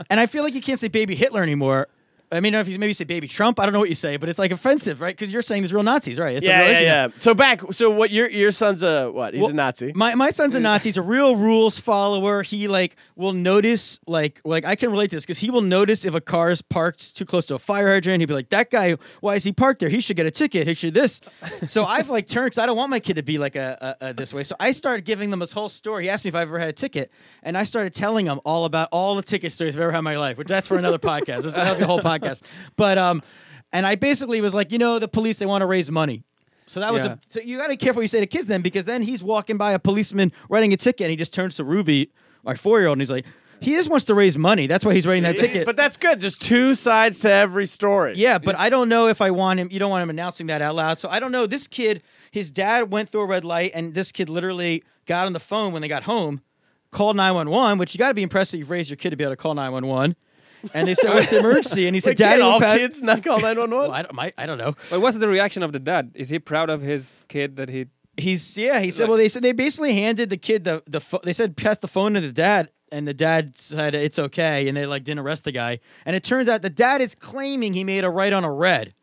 B: and I feel like you can't say Baby Hitler anymore. I mean, I don't know if you maybe say Baby Trump, I don't know what you say, but it's like offensive, right? Because you're saying there's real Nazis, right? It's a
A: yeah,
B: real
A: yeah,
B: issue now.
A: yeah. So back, so what your your son's a what? He's
B: Well,
A: a Nazi.
B: My my son's a Nazi. He's a real rules follower. He like will notice like like I can relate to this because he will notice if a car is parked too close to a fire hydrant. He'd be like, "That guy, why is he parked there? He should get a ticket. He should this." so I've like turned because I don't want my kid to be like a, a, a this way. So I started giving them this whole story. He asked me if I've ever had a ticket, and I started telling him all about all the ticket stories I've ever had in my life. Which that's for another podcast. That's that'll be a whole podcast. But um, and I basically was like, you know, the police they want to raise money. So that was
D: Yeah.
B: a so you got to be careful what you say to kids then, because then he's walking by a policeman writing a ticket, and he just turns to Ruby, my four-year-old, and he's like, he just wants to raise money. That's why he's writing that ticket.
A: But that's good. Just two sides to every story.
B: yeah, but I don't know if I want him. You don't want him announcing that out loud. So I don't know. This kid, his dad went through a red light, and this kid literally got on the phone when they got home, called nine one one, which you got to be impressed that you've raised your kid to be able to call nine one one. And they said, "What's the emergency?" And he said,
A: Like,
B: "Daddy,
A: can all
B: will pass-"
A: kids not call
B: Well,
A: 911.
B: I don't, my, I don't know.
D: But what's the reaction of the dad? Is he proud of his kid that he?
B: He's yeah. He said. well, they said they basically handed the kid the the pho- they said pass the phone to the dad, and the dad said it's okay, and they like didn't arrest the guy. And it turns out the dad is claiming he made a right on a red,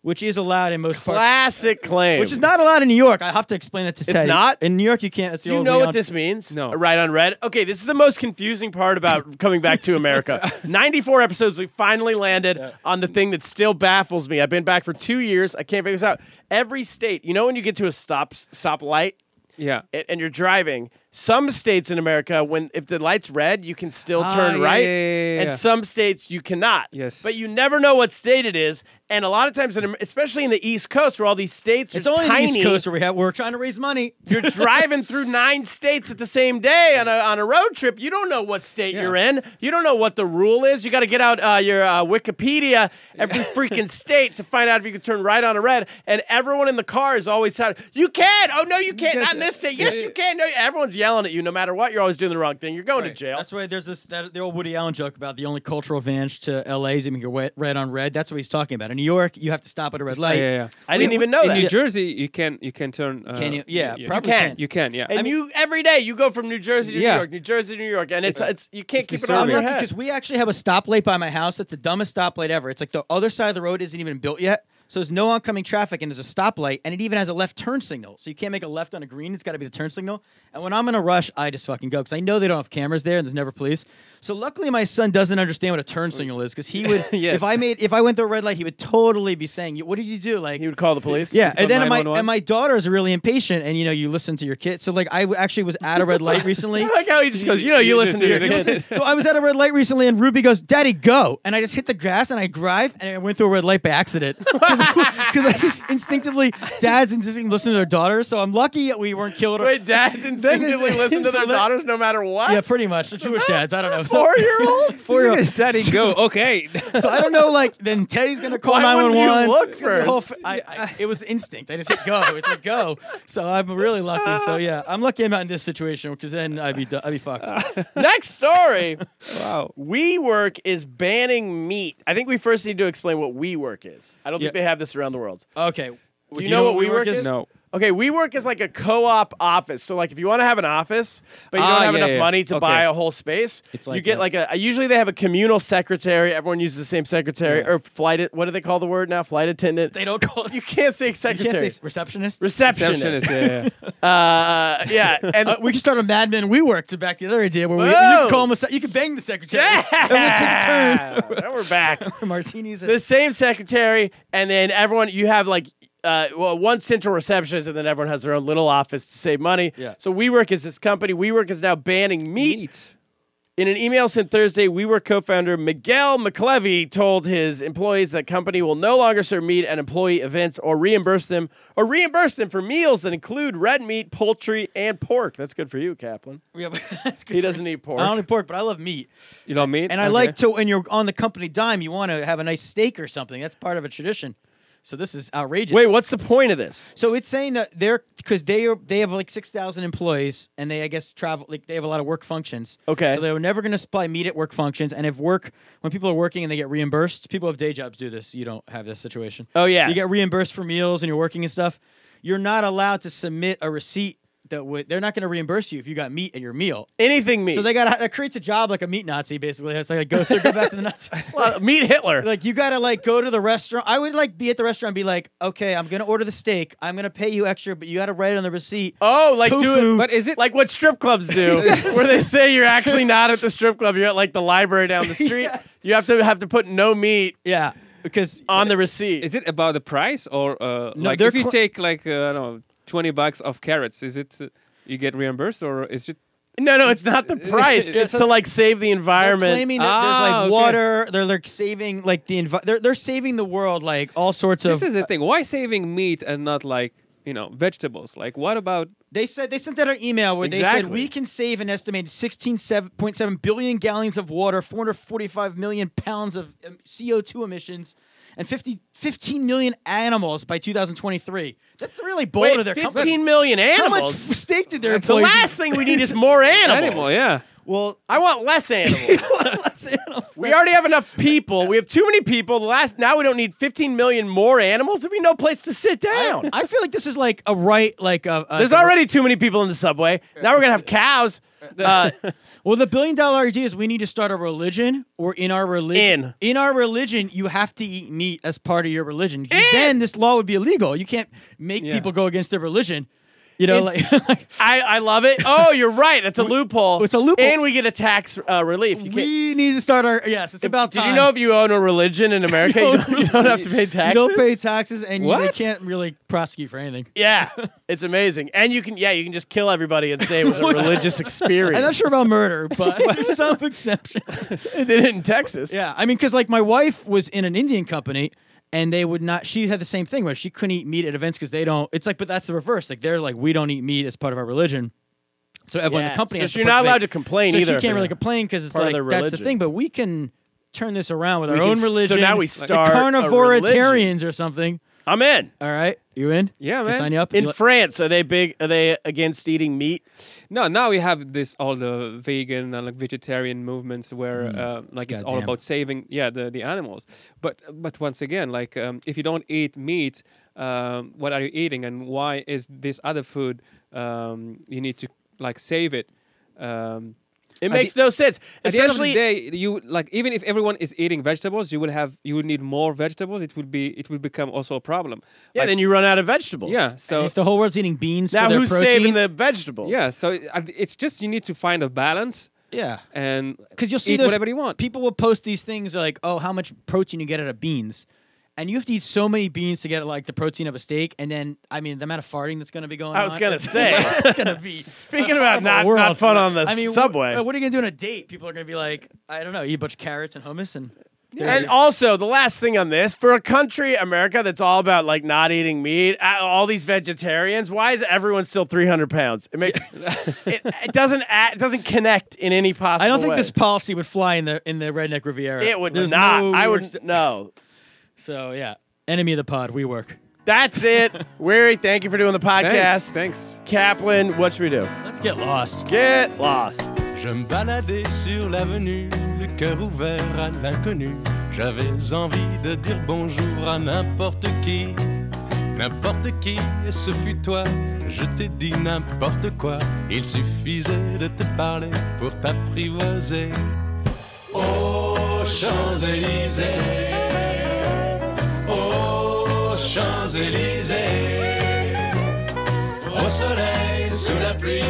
B: which is allowed in most parts,
A: Classic claim.
B: which is not allowed in New York. I have to explain that to Teddy.
A: not?
B: in New York. You can't. That's the
A: Do you
B: old
A: know
B: way
A: what
B: on-
A: this means?
D: No.
A: A Right on red. Okay, this is the most confusing part about coming back to America. 94 episodes, we finally landed on the thing that still baffles me. I've been back for two years. I can't figure this out. Every state, you know, when you get to a stop stop light
D: Yeah.
A: and, and you're driving, some states in America, when if the light's red, you can still
D: Ah,
A: turn
D: yeah,
A: right,
D: yeah, yeah, yeah,
A: and
D: yeah.
A: some states you cannot.
D: Yes.
A: but you never know what state it is, and a lot of times, in, Am- especially in the East Coast, where all these states
B: It's
A: are
B: only
A: tiny,
B: the East Coast where we have we're trying to raise money.
A: you're driving through nine states at the same day on a, on a road trip. You don't know what state
D: Yeah.
A: you're in. You don't know what the rule is. You got to get out uh, your uh, Wikipedia every freaking state to find out if you can turn right on a red. And everyone in the car is always shouting, "You can! Oh no, you can't! Not in this state! Yes, you can! No, everyone's yelling at you. No matter what, you're always doing the wrong thing. You're going to jail."
B: That's why there's this that, the old Woody Allen joke about the only cultural advantage to LA is even get red on red. That's what he's talking about. In New York, you have to stop at a red light.
D: yeah, yeah.
A: I didn't
B: we-
A: even know
D: in
A: that.
D: New Jersey, you can you can turn. Uh,
B: Can you? Yeah,
D: y-
B: probably
D: you
A: can.
D: can. You can. Yeah.
A: and you every day you go from New Jersey to
D: Yeah.
A: New York, New Jersey to New York, and it's it's, you can't keep it
B: I'm
A: on your
B: lucky
A: head.
B: because we actually have a stoplight by my house that's the dumbest stoplight ever. It's like the other side of the road isn't even built yet. So there's no oncoming traffic and there's a stoplight and it even has a left turn signal. So you can't make a left on a green. It's got to be the turn signal. And when I'm in a rush, I just fucking go because I know they don't have cameras there and there's never police. So luckily my son doesn't understand what a turn signal is because he would
A: Yeah.
B: if I made if I went through a red light he would totally be saying what did you do like
A: He would call the police.
B: yeah, and then my
D: 911?
B: and my daughter is really impatient, and you know you listen to your kid. So like I w- actually was at a red light recently.
A: I like how he just goes, you know, you listen to your
D: You
B: You
A: kids.
B: listen- so I was at a red light recently, and Ruby goes, "Daddy, go!" And I just hit the grass, and I drive, and I went through a red light by accident because I just instinctively dads instinctively listen to their daughters. So I'm lucky that we weren't killed. Or,
A: Wait, dads instinctively listen to their daughters no matter what.
B: yeah, pretty much the Jewish dads. I don't know. So,
A: Four year olds.
B: Four year olds.
D: Daddy, go. Okay.
B: so I don't know. Like then Teddy's gonna call
A: Why wouldn't
B: 911.
A: you look
B: The whole
A: first?
B: f- I- I- it was instinct. I just hit go. It's a go. So I'm really lucky. So yeah, I'm lucky I'm not in this situation because then I'd be do- I'd be fucked.
A: Next story.
D: wow.
A: WeWork is banning meat. I think we first need to explain what WeWork is. I don't think
B: Yeah.
A: they have this around the world.
B: Okay. Do
A: you know what WeWork is?
D: No.
A: Okay, WeWork is like a co-op office. So like if you want to have an office, but you
D: Ah,
A: don't have
D: yeah,
A: enough
D: yeah.
A: money to
D: Okay.
A: buy a whole space,
B: It's
A: you
B: like
A: get
B: a-
A: like a usually they have a communal secretary, everyone uses the same secretary
D: Yeah.
A: or flight what do they call the word now? Flight attendant.
B: They don't call
A: you can't say
B: You can't
A: secretary.
B: say s- receptionist.
A: receptionist.
D: Receptionist. Yeah. yeah.
A: Uh, yeah, and
B: Uh, we could start a Mad Men WeWork to back the other idea where we, you
A: Whoa.
B: can call him a, se- you can bang the secretary. Everyone take a turn.
A: now we're back.
B: Martinis.
A: So the same secretary, and then everyone you have like uh, well, one central receptionist, and then everyone has their own little office to save money.
B: Yeah.
A: So WeWork is this company. WeWork is now banning meat.
D: Meat.
A: In an email sent Thursday, WeWork co-founder Miguel McLevy told his employees that company will no longer serve meat at employee events or reimburse them or reimburse them for meals that include red meat, poultry, and pork. That's good for you, Kaplan.
B: Yeah, but that's good
A: He
B: for-
A: doesn't eat pork.
B: I don't eat pork, but I love meat.
D: You know meat.
B: And I
D: Okay.
B: like to when you're on the company dime, you want to have a nice steak or something. That's part of a tradition. So this is outrageous.
A: Wait, what's the point of this?
B: So it's saying that they're because they are they have like six thousand employees and they I guess travel like they have a lot of work functions.
A: Okay.
B: So they were never going to supply meat at work functions and if work when people are working and they get reimbursed, people who have day jobs do this. You don't have this situation.
A: Oh, yeah.
B: You get reimbursed for meals and you're working and stuff. You're not allowed to submit a receipt that would they're not going to reimburse you if you got meat at your meal.
A: Anything meat.
B: So they got that creates a job like a meat Nazi basically. It's like go through, go back to the Nazi.
A: Well, meat Hitler.
B: Like you gotta like go to the restaurant. I would like be at the restaurant and be like, okay, I'm gonna order the steak. I'm gonna pay you extra, but you gotta write it on the receipt.
A: Oh, like do
B: Tofu.
A: it,
D: But is it-
A: like what strip clubs do, where they say you're actually not at the strip club, you're at like the library down the street.
B: Yes.
A: You have to have to put no meat
B: Yeah, because
A: on the receipt.
D: Is it about the price or uh,
B: No,
D: like
B: they're
D: if you
B: cl-
D: take like uh, I don't know twenty bucks of carrots, is it uh, you get reimbursed or is it?
A: no, no, it's not the price.
D: Yeah,
A: it's to like save the
B: they're
A: environment.
B: claiming that there's
D: Ah,
B: like
D: okay.
B: water. They're like saving like the envi- they're they're saving the world like all sorts of.
D: This is the thing. Why saving meat and not like you know vegetables? Like what about?
B: they said they sent out an email where they said
A: Exactly.
B: we can save an estimated 16.7 billion gallons of water, 445 million pounds of um, CO2 emissions. And 50, 15 million animals by 2023. That's really bold
A: Wait,
B: of their company.
A: 15 million
B: How much
A: animals.
B: steak did their
A: The
B: employees?
A: last thing we need is more animals.
D: Animal, yeah.
B: Well,
A: I want less animals.
B: less animals.
A: we already have enough people. We have too many people. The last now we don't need 15 million more animals. There'd be no place to sit down.
B: I feel like this is like a right, like a. a-
A: There's already too many people in the subway. Now we're gonna have cows. Uh,
B: Well, the billion dollar idea is we need to start a religion, or in our religion, in, our religion, you have to eat meat as part of your religion. 'Cause Then this law would be illegal. You can't make
D: Yeah.
B: people go against their religion. You know, like,
A: I, I love it. Oh, you're right. It's a loophole.
B: it's a loophole.
A: and we get a tax uh, relief. You can't.
B: we need to start our. Yes, it's about
A: Did
B: time.
A: you know if you own a religion in America, you,
B: own
A: don't,
B: a
A: you don't have to pay taxes?
B: You don't pay taxes, and you, they
D: What?
B: can't really prosecute for anything.
A: yeah, it's amazing. And you can, yeah, you can just kill everybody and say it was a religious experience.
B: I'm not sure about murder, but there's some exceptions.
A: they did it in Texas.
B: Yeah, I mean, because like my wife was in an Indian company, and they would not. She had the same thing where she couldn't eat meat at events because they don't. It's like, but that's the reverse. Like they're like, we don't eat meat as part of our religion. So everyone in
A: Yeah,
B: the company.
A: so
B: has
A: you're not allowed to
B: participate.
A: complain
B: so
A: either
B: She
A: if
B: can't
A: it's
B: really complain because it's
A: part of
B: like
A: their
B: that's the
A: religion.
B: thing. But we can turn this around with
A: We
B: our
A: can
B: own
A: s-
B: religion.
A: So now we
B: the
A: start a religion.
B: carnivores or something.
A: I'm in.
B: All right, you in?
D: Yeah,
B: Can
D: man.
B: Sign you up.
A: In
B: You li-
A: France, are they big? Are they against eating meat?
D: No, now we have this all the vegan and like vegetarian movements where uh, like it's all
B: Mm. Goddamn.
D: about saving yeah the, the animals. But but once again, like um, if you don't eat meat, um, what are you eating and why is this other food um, you need to like save it? Um,
A: It
D: the-
A: makes no sense.
D: At the end of the
A: Especially
D: day, you like even if everyone is eating vegetables, you will have you will need more vegetables. It will be it will become also a problem.
A: yeah,
D: Like,
A: then you run out of vegetables.
D: yeah.
B: And
D: So
B: if the whole world's eating beans
A: Now
B: for their
A: who's
B: protein,
A: saving the vegetables?
D: yeah. So it- I- it's just you need to find a balance
B: yeah,
D: and
B: because you'll see
D: eat
B: those-
D: whatever you want.
B: People will post these things like, "Oh, how much protein you get out of beans," and you have to eat so many beans to get like the protein of a steak. And then, I mean, the amount of farting that's going to be going.
A: I was
B: on,
A: gonna
B: it's-
A: say.
B: it's going to be
A: Speaking about not,
B: world.
A: not fun on the
B: I mean, wh-
A: subway.
B: What, are you going to do on a date? People are going to be like, I don't know, eat a bunch of carrots and hummus and.
A: And also, the last thing on this for a country, America, that's all about like not eating meat, uh, all these vegetarians, why is everyone still 300 pounds? It makes it, it doesn't add, it doesn't connect in any possible
B: I don't think
A: way.
B: this policy would fly in the in the redneck Riviera.
A: It would
B: There's
A: not.
B: no
A: I would
B: words-
A: no.
B: So yeah, enemy of the pod. We work.
A: That's it. Weary, thank you for doing the
D: Thanks.
A: podcast.
D: Thanks.
A: Kaplan, what should we do?
B: Let's get lost.
A: Get lost.
F: Je me baladais sur l'avenue, le cœur ouvert à l'inconnu. J'avais envie de dire bonjour à n'importe qui, n'importe qui, et ce fut toi. Je t'ai dit n'importe quoi, il suffisait de te parler pour t'apprivoiser. Aux Champs-Élysées, aux Champs-Élysées, au soleil, sous la pluie,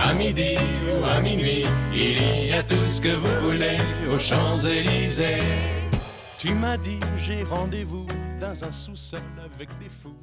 F: à midi ou à minuit, il y a tout ce que vous voulez aux Champs-Élysées. Tu m'as dit j'ai rendez-vous dans un sous-sol avec des fous